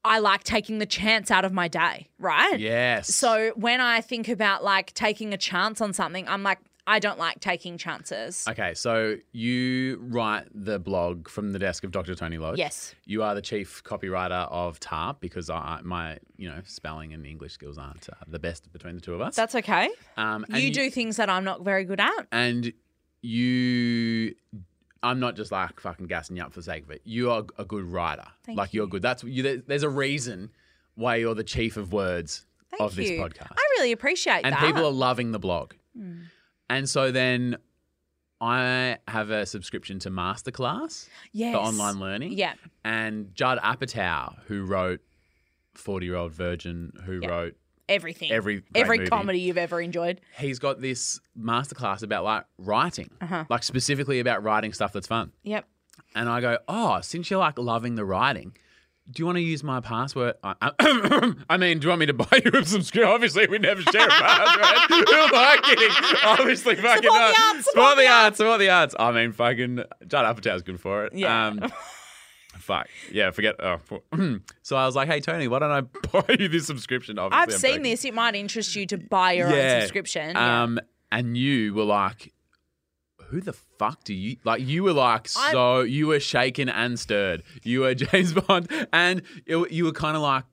Speaker 1: I like taking the chance out of my day, right?
Speaker 2: Yes.
Speaker 1: So when I think about like taking a chance on something, I'm like, I don't like taking chances.
Speaker 2: Okay, so you write the blog from the desk of Dr. Tony Lodge.
Speaker 1: Yes.
Speaker 2: You are the chief copywriter of TARP because I, my, you know, spelling and English skills aren't uh, the best between the two of us.
Speaker 1: That's okay.
Speaker 2: um, and
Speaker 1: you do things that I'm not very good at.
Speaker 2: and you I'm not just like fucking gassing you up for the sake of it. You are a good writer.
Speaker 1: Thank
Speaker 2: like are good. That's you there- there's a reason why you're the chief of words
Speaker 1: Thank
Speaker 2: of this
Speaker 1: you.
Speaker 2: podcast.
Speaker 1: I really appreciate
Speaker 2: and
Speaker 1: that. Hmm.
Speaker 2: people are loving the blog. And so then I have a subscription to Masterclass
Speaker 1: yes.
Speaker 2: for online learning.
Speaker 1: Yeah.
Speaker 2: And Judd Apatow, who wrote 40 Year Old Virgin, who
Speaker 1: Yeah.
Speaker 2: wrote
Speaker 1: Everything.
Speaker 2: every great
Speaker 1: every
Speaker 2: movie
Speaker 1: comedy you've ever enjoyed.
Speaker 2: he's got this masterclass about like writing,
Speaker 1: Uh-huh.
Speaker 2: like specifically about writing stuff that's fun.
Speaker 1: Yep.
Speaker 2: And I go, oh, since you're like loving the writing, do you want to use my password? I, I, I mean, do you want me to buy you a subscription? Obviously, we never share a password. Who am I kidding? Obviously, fucking
Speaker 1: Support
Speaker 2: not.
Speaker 1: the arts,
Speaker 2: Support, the arts. Support the arts. I mean, fucking John Apatow's good for it. Um,
Speaker 1: Yeah.
Speaker 2: fuck. Yeah, forget. Oh, for- so I was like, hey, Tony, why don't I buy you this subscription? Obviously,
Speaker 1: I've
Speaker 2: I'm
Speaker 1: seen
Speaker 2: joking.
Speaker 1: this. It might interest you to buy your own subscription. Yeah.
Speaker 2: Um, and you were like, who the fuck do you like? You were like,
Speaker 1: I'm-
Speaker 2: so you were shaken and stirred. You were James Bond, and it, you were kind of like,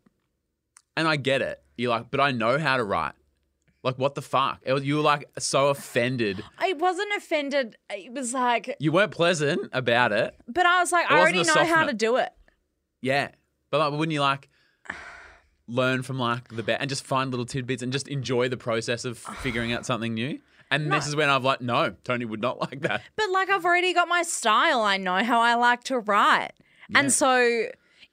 Speaker 2: and I get it. You're like, but I know how to write. Like, what the fuck? It was, you were like so offended.
Speaker 1: I wasn't offended. It was like,
Speaker 2: You weren't pleasant about it.
Speaker 1: but I was like, I
Speaker 2: wasn't
Speaker 1: already
Speaker 2: a
Speaker 1: know how
Speaker 2: softener.
Speaker 1: to do it.
Speaker 2: Yeah, but like, wouldn't you like? Learn from like the best and just find little tidbits and just enjoy the process of figuring out something new. And this is when I've like, no, Tony would not like that.
Speaker 1: But like, I've already got my style. I know how I like to write. And so,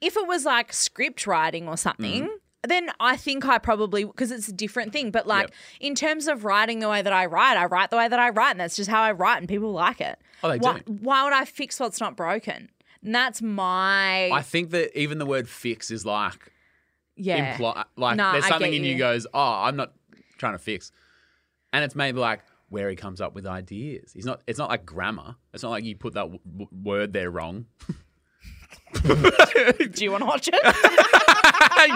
Speaker 1: if it was like script writing or something, then I think I probably, because it's a different thing. But like,
Speaker 2: Mm-hmm. Yep.
Speaker 1: in terms of writing the way that I write, I write the way that I write. And that's just how I write. And people like it.
Speaker 2: Oh, they
Speaker 1: why,
Speaker 2: do.
Speaker 1: why would I fix what's not broken? And that's my.
Speaker 2: I think that even the word fix is like
Speaker 1: yeah.
Speaker 2: imply like
Speaker 1: No,
Speaker 2: there's
Speaker 1: I
Speaker 2: something
Speaker 1: get
Speaker 2: in you
Speaker 1: you.
Speaker 2: goes, Oh, I'm not trying to fix. And it's maybe like where he comes up with ideas. He's not it's not like grammar. It's not like you put that w- w- word there wrong.
Speaker 1: do you want to watch it?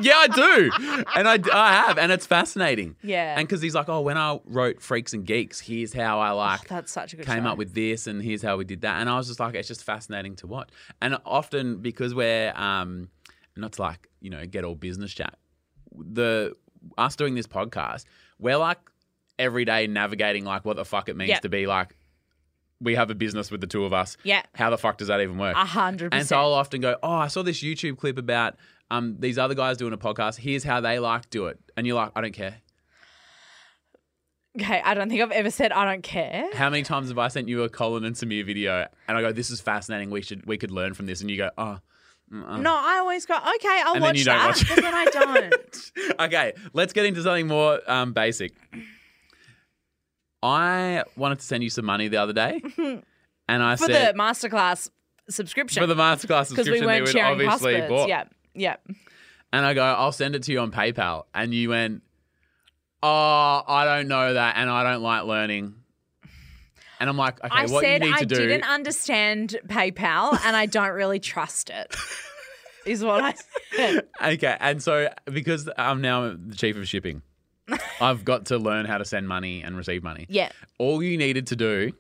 Speaker 2: yeah, I do. And I, I have and it's fascinating.
Speaker 1: Yeah.
Speaker 2: And cuz he's like, "Oh, when I wrote Freaks and Geeks, here's how I like
Speaker 1: Oh, that's such a good
Speaker 2: came
Speaker 1: show.
Speaker 2: up with this and here's how we did that. And I was just like, it's just fascinating to watch. And often because we're um not to like, you know, get all business chat, the us doing this podcast, we're like every day navigating like what the fuck it means
Speaker 1: Yeah.
Speaker 2: to be like we have a business with the two of us.
Speaker 1: Yeah. Uh-huh.
Speaker 2: How the fuck does that even work?
Speaker 1: A hundred
Speaker 2: And so
Speaker 1: percent.
Speaker 2: I'll often go, oh, I saw this YouTube clip about um, these other guys doing a podcast. Here's how they like do it. And you're like, I don't care.
Speaker 1: Okay, I don't think I've ever said I don't care.
Speaker 2: How many times have I sent you a Colin and Samir video and I go, this is fascinating. We should we could learn from this. And you go, oh,
Speaker 1: No, I always go, okay, I'll
Speaker 2: And then
Speaker 1: watch
Speaker 2: you don't
Speaker 1: that.
Speaker 2: watch it.
Speaker 1: But then I don't.
Speaker 2: okay. Let's get into something more um, basic. I wanted to send you some money the other day, and I
Speaker 1: For the
Speaker 2: said
Speaker 1: masterclass subscription.
Speaker 2: for the masterclass
Speaker 1: because we
Speaker 2: subscription they
Speaker 1: weren't
Speaker 2: would
Speaker 1: sharing
Speaker 2: obviously
Speaker 1: passwords.
Speaker 2: bought.
Speaker 1: Yeah, yeah.
Speaker 2: And I go, I'll send it to you on PayPal, and you went, oh, I don't know that, and I don't like learning. And I'm like, okay,
Speaker 1: I
Speaker 2: what
Speaker 1: said
Speaker 2: you need
Speaker 1: I
Speaker 2: to do?
Speaker 1: didn't understand PayPal, and I don't really trust it. Is what I said.
Speaker 2: Okay, and so because I'm now the chief of shipping, I've got to learn how to send money and receive money.
Speaker 1: Yeah.
Speaker 2: All you needed to do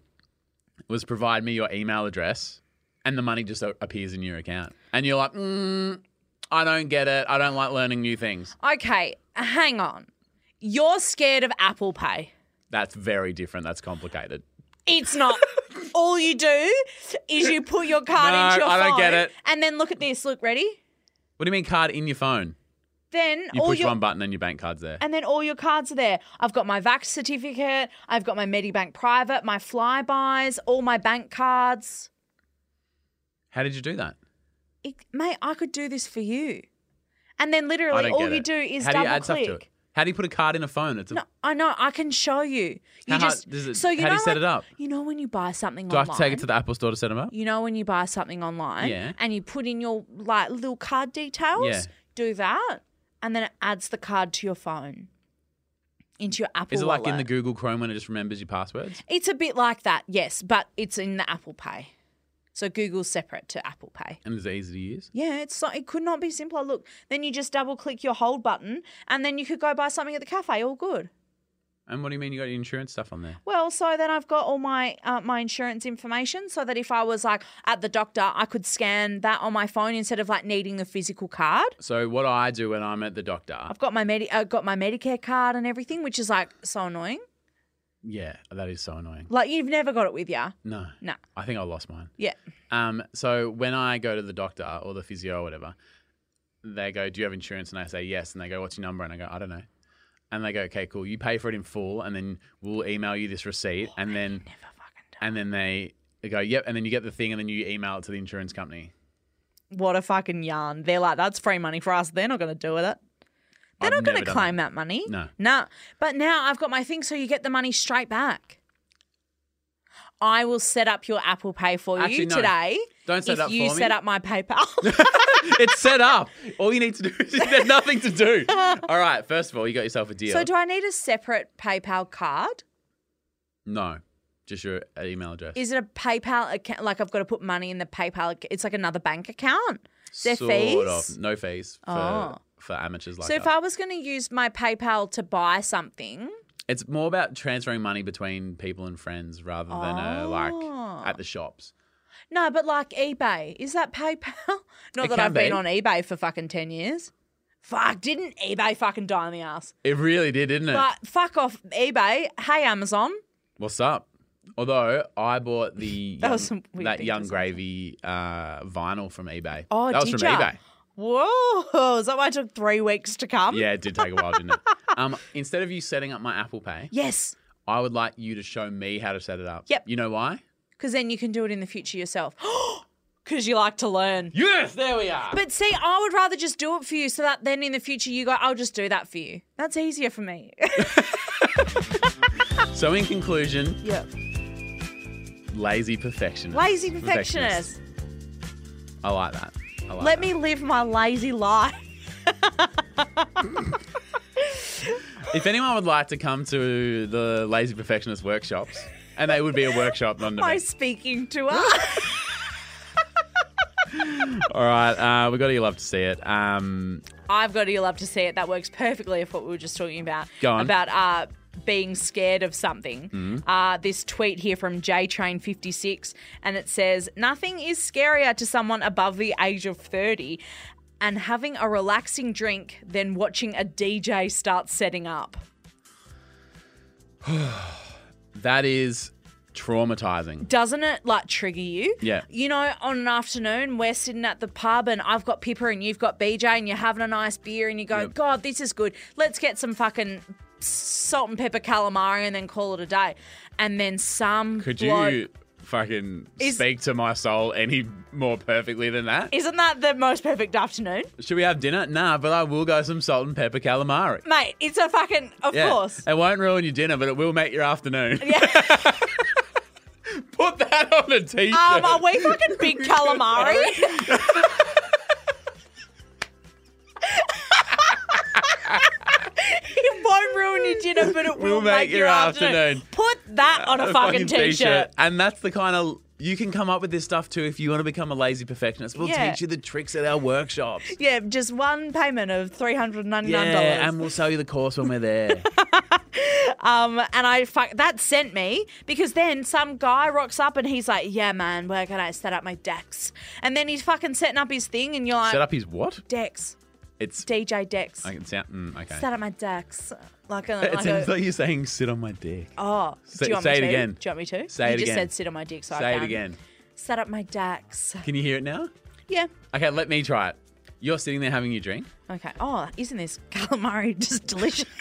Speaker 2: was provide me your email address, and the money just a- appears in your account. And you're like, mm, I don't get it. I don't like learning new things.
Speaker 1: Okay, hang on. You're scared of Apple Pay.
Speaker 2: That's very different. That's complicated.
Speaker 1: It's not. All you do is you put your card
Speaker 2: No,
Speaker 1: into your
Speaker 2: I don't
Speaker 1: phone
Speaker 2: get it.
Speaker 1: and then look at this. Look, ready?
Speaker 2: What do you mean card in your phone?
Speaker 1: Then
Speaker 2: You
Speaker 1: all
Speaker 2: push
Speaker 1: your
Speaker 2: one button and your bank card's there.
Speaker 1: and then all your cards are there. I've got my Vax certificate, I've got my Medibank private, my flybys, all my bank cards.
Speaker 2: How did you do that?
Speaker 1: It, mate, I could do this for you. And then
Speaker 2: I
Speaker 1: literally
Speaker 2: don't
Speaker 1: all
Speaker 2: get
Speaker 1: you
Speaker 2: it.
Speaker 1: do is
Speaker 2: How do
Speaker 1: double
Speaker 2: you add
Speaker 1: click.
Speaker 2: stuff to it? How do you put a card in a phone? It's a,
Speaker 1: No, I know. I can show you. You
Speaker 2: How hard-
Speaker 1: just
Speaker 2: does it-
Speaker 1: so you
Speaker 2: how
Speaker 1: know
Speaker 2: do you set
Speaker 1: when-
Speaker 2: it up?
Speaker 1: You know when you buy something
Speaker 2: do I
Speaker 1: online.
Speaker 2: have to take it to the Apple store to set them up?
Speaker 1: You know when you buy something online
Speaker 2: Yeah.
Speaker 1: and you put in your like little card details.
Speaker 2: Yeah.
Speaker 1: Do that, and then it adds the card to your phone, into your Apple.
Speaker 2: Is it like in
Speaker 1: Wallet.
Speaker 2: the Google Chrome when it just remembers your passwords?
Speaker 1: It's a bit like that, yes, but it's in the Apple Pay. So Google's separate to Apple Pay.
Speaker 2: And is it easy to use?
Speaker 1: Yeah, it's so, it could not be simpler. Look, then you just double click your hold button and then you could go buy something at the cafe, all good.
Speaker 2: And what do you mean you got your insurance stuff on there?
Speaker 1: Well, so then I've got all my uh, my insurance information, so that if I was like at the doctor, I could scan that on my phone instead of like needing the physical card.
Speaker 2: So what I do when I'm at the doctor,
Speaker 1: I've got my Medi- I've got my Medicare card and everything, which is like so annoying.
Speaker 2: yeah, that is so annoying.
Speaker 1: Like you've never got it with you.
Speaker 2: No,
Speaker 1: No.
Speaker 2: I think I lost mine.
Speaker 1: Yeah.
Speaker 2: Um, so when I go to the doctor or the physio or whatever, they go, "Do you have insurance?" And I say, "Yes." And they go, "What's your number?" And I go, "I don't know." And they go, "Okay, cool. You pay for it in full, and then we'll email you this receipt, and then and then they, they go, "Yep." And then you get the thing, and then you email it to the insurance company.
Speaker 1: What a fucking yarn. They're like, that's free money for us. They're not going to do with it. They're
Speaker 2: I've
Speaker 1: not going
Speaker 2: never
Speaker 1: to
Speaker 2: done
Speaker 1: claim that money.
Speaker 2: No.
Speaker 1: No. But now I've got my thing, so you get the money straight back. I will set up your Apple Pay for
Speaker 2: Actually,
Speaker 1: you
Speaker 2: no.
Speaker 1: today.
Speaker 2: Don't set
Speaker 1: if
Speaker 2: it up
Speaker 1: you
Speaker 2: for me.
Speaker 1: set up my PayPal.
Speaker 2: it's set up. All you need to do is there's nothing to do. All right. First of all, you got yourself a deal.
Speaker 1: so do I need a separate PayPal card?
Speaker 2: no, just your email address.
Speaker 1: Is it a PayPal account? Like I've got to put money in the PayPal. ac- It's like another bank account. Is there
Speaker 2: sort
Speaker 1: fees?
Speaker 2: of no fees for,
Speaker 1: Oh.
Speaker 2: for amateurs like
Speaker 1: so if
Speaker 2: us.
Speaker 1: I was going to use my PayPal to buy something,
Speaker 2: It's more about transferring money between people and friends rather than uh,
Speaker 1: Oh.
Speaker 2: like at the shops.
Speaker 1: No, but like eBay, is that PayPal? Not
Speaker 2: It
Speaker 1: that
Speaker 2: can
Speaker 1: I've been
Speaker 2: be.
Speaker 1: on eBay for fucking 10 years. Fuck, didn't eBay fucking die in the ass?
Speaker 2: It really did, didn't it?
Speaker 1: But fuck off eBay. Hey, Amazon.
Speaker 2: What's up? Although I bought the
Speaker 1: That
Speaker 2: young,
Speaker 1: was some weird
Speaker 2: that
Speaker 1: thing
Speaker 2: young
Speaker 1: to say.
Speaker 2: gravy uh, vinyl from eBay.
Speaker 1: Oh,
Speaker 2: that was
Speaker 1: did
Speaker 2: from
Speaker 1: ya?
Speaker 2: eBay.
Speaker 1: Whoa, is that why it took three weeks to come?
Speaker 2: Yeah, it did take a while, didn't it? Um, instead of you setting up my Apple Pay,
Speaker 1: Yes,
Speaker 2: I would like you to show me how to set it up.
Speaker 1: Yep.
Speaker 2: You know why?
Speaker 1: because then you can do it in the future yourself. Because you like to learn.
Speaker 2: Yes, there we are.
Speaker 1: But see, I would rather just do it for you so that then in the future you go, I'll just do that for you. That's easier for me.
Speaker 2: So in conclusion,
Speaker 1: yep.
Speaker 2: lazy perfectionist.
Speaker 1: Lazy perfectionist.
Speaker 2: I like that. I like
Speaker 1: Let
Speaker 2: that.
Speaker 1: me live my lazy life.
Speaker 2: If anyone would like to come to the Lazy Perfectionist workshops, and they would be a workshop, not an
Speaker 1: My
Speaker 2: event.
Speaker 1: speaking to us.
Speaker 2: All right, uh, we got to love to see it. Um,
Speaker 1: I've got to you love to see it. That works perfectly with what we were just talking about.
Speaker 2: Go on. Mm-hmm.
Speaker 1: About uh, being scared of something. Uh, this tweet here from JTrain56, and it says, Nothing is scarier to someone above the age of 30 and having a relaxing drink than watching a DJ start setting up.
Speaker 2: that is traumatizing.
Speaker 1: Doesn't it like trigger you?
Speaker 2: Yeah.
Speaker 1: You know, on an afternoon, we're sitting at the pub and I've got Pippa and you've got BJ and you're having a nice beer and you go, God, this is good. Let's get some fucking salt and pepper calamari and then call it a day. And then some.
Speaker 2: Could
Speaker 1: bloke-
Speaker 2: you fucking
Speaker 1: Is-
Speaker 2: speak to my soul any more perfectly than that?
Speaker 1: Isn't that the most perfect afternoon?
Speaker 2: Should we have dinner? Nah, but I will go some salt and pepper calamari.
Speaker 1: Mate, it's a fucking. Of
Speaker 2: Yeah.
Speaker 1: course.
Speaker 2: It won't ruin your dinner, but it will make your afternoon. Put that on a t-shirt.
Speaker 1: Um, are we fucking big calamari? it won't ruin your dinner, but it will
Speaker 2: Will make your afternoon.
Speaker 1: Put that on a, fucking, t-shirt.
Speaker 2: And that's the kind of you can come up with this stuff too if you want to become a lazy perfectionist. We'll
Speaker 1: Yeah.
Speaker 2: teach you the tricks at our workshops.
Speaker 1: Yeah, just one payment of three hundred ninety nine dollars.
Speaker 2: Yeah, and we'll sell you the course when we're there.
Speaker 1: Um, and I fuck that sent me because then some guy rocks up and he's like, "Yeah, man, where can I set up my decks?" And then he's fucking setting up his thing, and you're like,
Speaker 2: Set up his what?
Speaker 1: "Decks,
Speaker 2: It's
Speaker 1: DJ decks,
Speaker 2: I can sound mm, okay. Uh,
Speaker 1: set up my decks." Like, a,
Speaker 2: it
Speaker 1: like
Speaker 2: sounds
Speaker 1: a,
Speaker 2: like you're saying sit on my dick.
Speaker 1: Oh,
Speaker 2: Say-
Speaker 1: do you want
Speaker 2: say
Speaker 1: me
Speaker 2: it
Speaker 1: to?
Speaker 2: again.
Speaker 1: Do you want me to?
Speaker 2: Say
Speaker 1: you
Speaker 2: it
Speaker 1: just
Speaker 2: again.
Speaker 1: said sit on my dick, so I
Speaker 2: Say it
Speaker 1: found-
Speaker 2: again.
Speaker 1: Set up my dax.
Speaker 2: Can you hear it now?
Speaker 1: Yeah.
Speaker 2: Okay, let me try it. You're sitting there having your drink.
Speaker 1: Okay. Oh, isn't this calamari just delicious?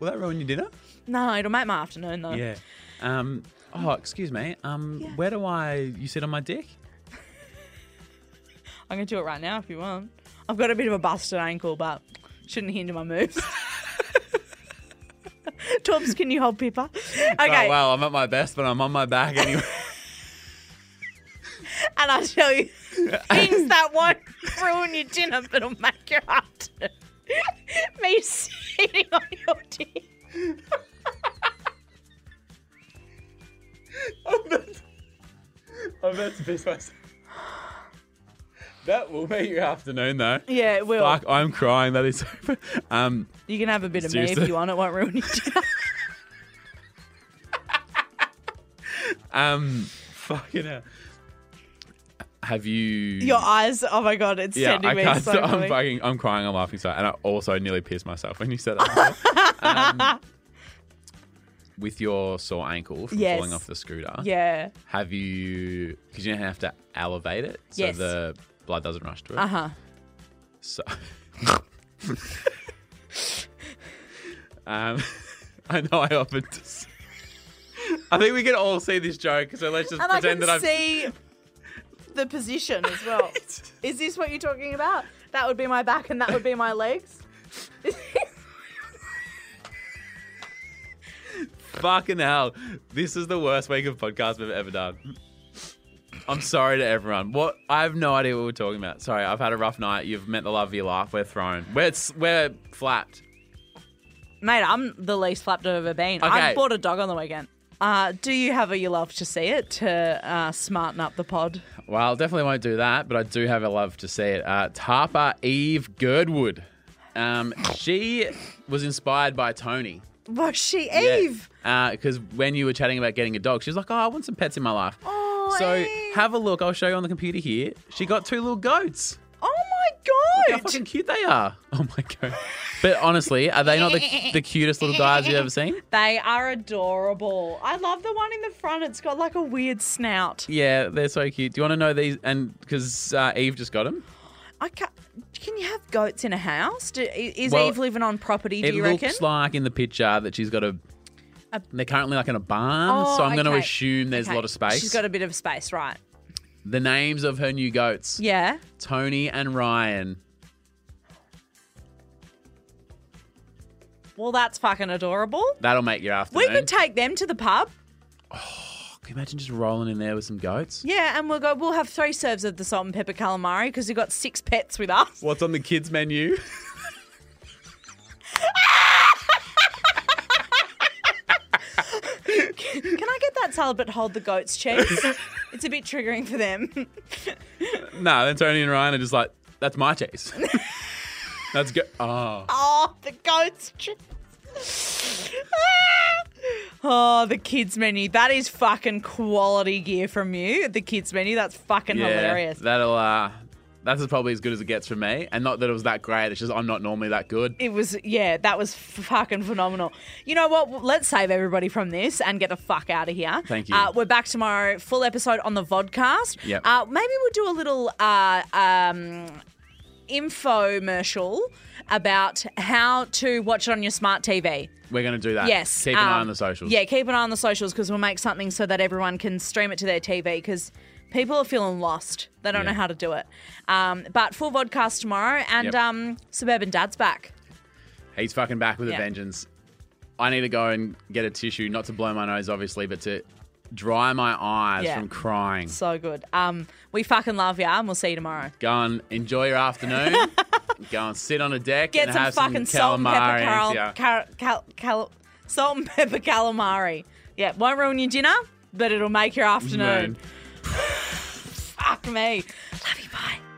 Speaker 2: Will that ruin your dinner?
Speaker 1: no, it'll make my afternoon though.
Speaker 2: Yeah. Um. Oh, excuse me. Um. Where do I? You sit on my dick?
Speaker 1: I'm gonna do it right now if you want. I've got a bit of a busted ankle, but shouldn't hinder my moves. Torbs, can you hold Pippa? Okay.
Speaker 2: Oh, wow, I'm at my best, but I'm on my back anyway.
Speaker 1: And I'll show you things that won't ruin your dinner, but will make your afternoon. Me sitting on your dick.
Speaker 2: I'm about to piss myself. That will be your afternoon, though.
Speaker 1: Yeah, it will.
Speaker 2: Fuck, I'm crying. That is. um,
Speaker 1: You can have a bit of me
Speaker 2: Seriously?
Speaker 1: if you want. It won't ruin it.
Speaker 2: um, fucking hell. Have you?
Speaker 1: Your eyes. Oh my god, it's
Speaker 2: yeah,
Speaker 1: sending
Speaker 2: I
Speaker 1: me
Speaker 2: can't.
Speaker 1: so.
Speaker 2: I'm
Speaker 1: funny.
Speaker 2: fucking. I'm crying. I'm laughing. So, and I also nearly pissed myself when you said it. um, with your sore ankle from
Speaker 1: Yes.
Speaker 2: falling off the scooter,
Speaker 1: Yeah.
Speaker 2: have you? Because you have to elevate it, so
Speaker 1: Yes.
Speaker 2: the blood doesn't rush to it.
Speaker 1: Uh huh.
Speaker 2: So, um, I know I offered to. s- I think we can all see this joke, so let's just
Speaker 1: And I
Speaker 2: pretend
Speaker 1: can
Speaker 2: that I've.
Speaker 1: see the position as well. Is this what you're talking about? That would be my back, and that would be my legs.
Speaker 2: Fucking hell. This is the worst week of podcast we've ever done. I'm sorry to everyone. What I have no idea what we're talking about. Sorry, I've had a rough night. You've met the love of your life. We're thrown. We're s- we're flapped.
Speaker 1: Mate, I'm the least flapped I've ever been. I
Speaker 2: Okay.
Speaker 1: bought a dog on the weekend. Uh, do you have a you love to see it to uh, smarten up the pod?
Speaker 2: Well, definitely won't do that, but I do have a love to see it. Uh, Tarpa Eve Girdwood. Um, she was inspired by Tony.
Speaker 1: Was she Eve?
Speaker 2: Because when you were chatting about getting a dog, she was like, "Oh, I want some pets in my life."
Speaker 1: Oh,
Speaker 2: so
Speaker 1: Eve.
Speaker 2: have a look. I'll show you on the computer here. She got two little goats.
Speaker 1: Oh
Speaker 2: Look
Speaker 1: my
Speaker 2: how
Speaker 1: god!
Speaker 2: fucking cute they are. Oh my god. But honestly, are they not the, the cutest little guys you've ever seen?
Speaker 1: They are adorable. I love the one in the front. It's got like a weird snout.
Speaker 2: Yeah, they're so cute. Do you want to know these? And because uh, Eve just got them.
Speaker 1: I can't, can you have goats in a house? Do, i- is
Speaker 2: Well,
Speaker 1: Eve living on property? Do
Speaker 2: it
Speaker 1: you
Speaker 2: looks
Speaker 1: reckon?
Speaker 2: like in the picture that she's got a.
Speaker 1: A-
Speaker 2: they're currently like in a barn,
Speaker 1: Oh,
Speaker 2: so I'm going to
Speaker 1: okay.
Speaker 2: assume there's
Speaker 1: Okay.
Speaker 2: a lot of space.
Speaker 1: She's got a bit of space, right?
Speaker 2: the names of her new goats:
Speaker 1: Yeah.
Speaker 2: Tony and Ryan.
Speaker 1: Well, that's fucking adorable.
Speaker 2: That'll make your
Speaker 1: We
Speaker 2: afternoon.
Speaker 1: could take them to the pub.
Speaker 2: Can you imagine just rolling in there with some goats?
Speaker 1: Yeah, and we'll go. We'll have three serves of the salt and pepper calamari because we've got six pets with us.
Speaker 2: What's on the kids menu?
Speaker 1: Can I get that salad but hold the goat's cheese? it's a bit triggering for them.
Speaker 2: no, then Tony and Ryan are just like, that's my cheese. that's good. Oh.
Speaker 1: oh, the goat's cheese. Ah. oh, the kids menu. That is fucking quality gear from you. The kids menu. That's fucking hilarious.
Speaker 2: That'll uh that's probably as good as it gets from me. And not that it was that great, it's just I'm not normally that good.
Speaker 1: it was yeah that was f- fucking phenomenal you know what let's save everybody from this and get the fuck out of here
Speaker 2: Thank you.
Speaker 1: uh, we're back tomorrow full episode on the vodcast
Speaker 2: Yep.
Speaker 1: uh, maybe we'll do a little uh, um, infomercial about how to watch it on your smart tv
Speaker 2: We're gonna do that.
Speaker 1: yes
Speaker 2: Uh, Keep an eye
Speaker 1: um,
Speaker 2: on the socials.
Speaker 1: yeah keep an eye on the socials because we'll make something so that everyone can stream it to their tv because people are feeling lost they don't
Speaker 2: Yeah.
Speaker 1: know how to do it um, but full vodcast tomorrow and
Speaker 2: Yep.
Speaker 1: um, suburban dad's back
Speaker 2: He's fucking back with
Speaker 1: Yeah.
Speaker 2: a vengeance. I need to go and get a tissue, not to blow my nose obviously, but to dry my eyes
Speaker 1: Yeah.
Speaker 2: from crying.
Speaker 1: So good. Um, we fucking love ya, and we'll see you tomorrow.
Speaker 2: Go and enjoy your afternoon. go and sit on a deck
Speaker 1: Get
Speaker 2: and
Speaker 1: some
Speaker 2: have
Speaker 1: fucking salt
Speaker 2: some
Speaker 1: and
Speaker 2: calamari.
Speaker 1: pepper
Speaker 2: yeah.
Speaker 1: cal- cal- cal- cal- salt and pepper calamari. Yeah, won't ruin your dinner, but it'll make your afternoon.
Speaker 2: Moon.
Speaker 1: Fuck me. Love you. Bye.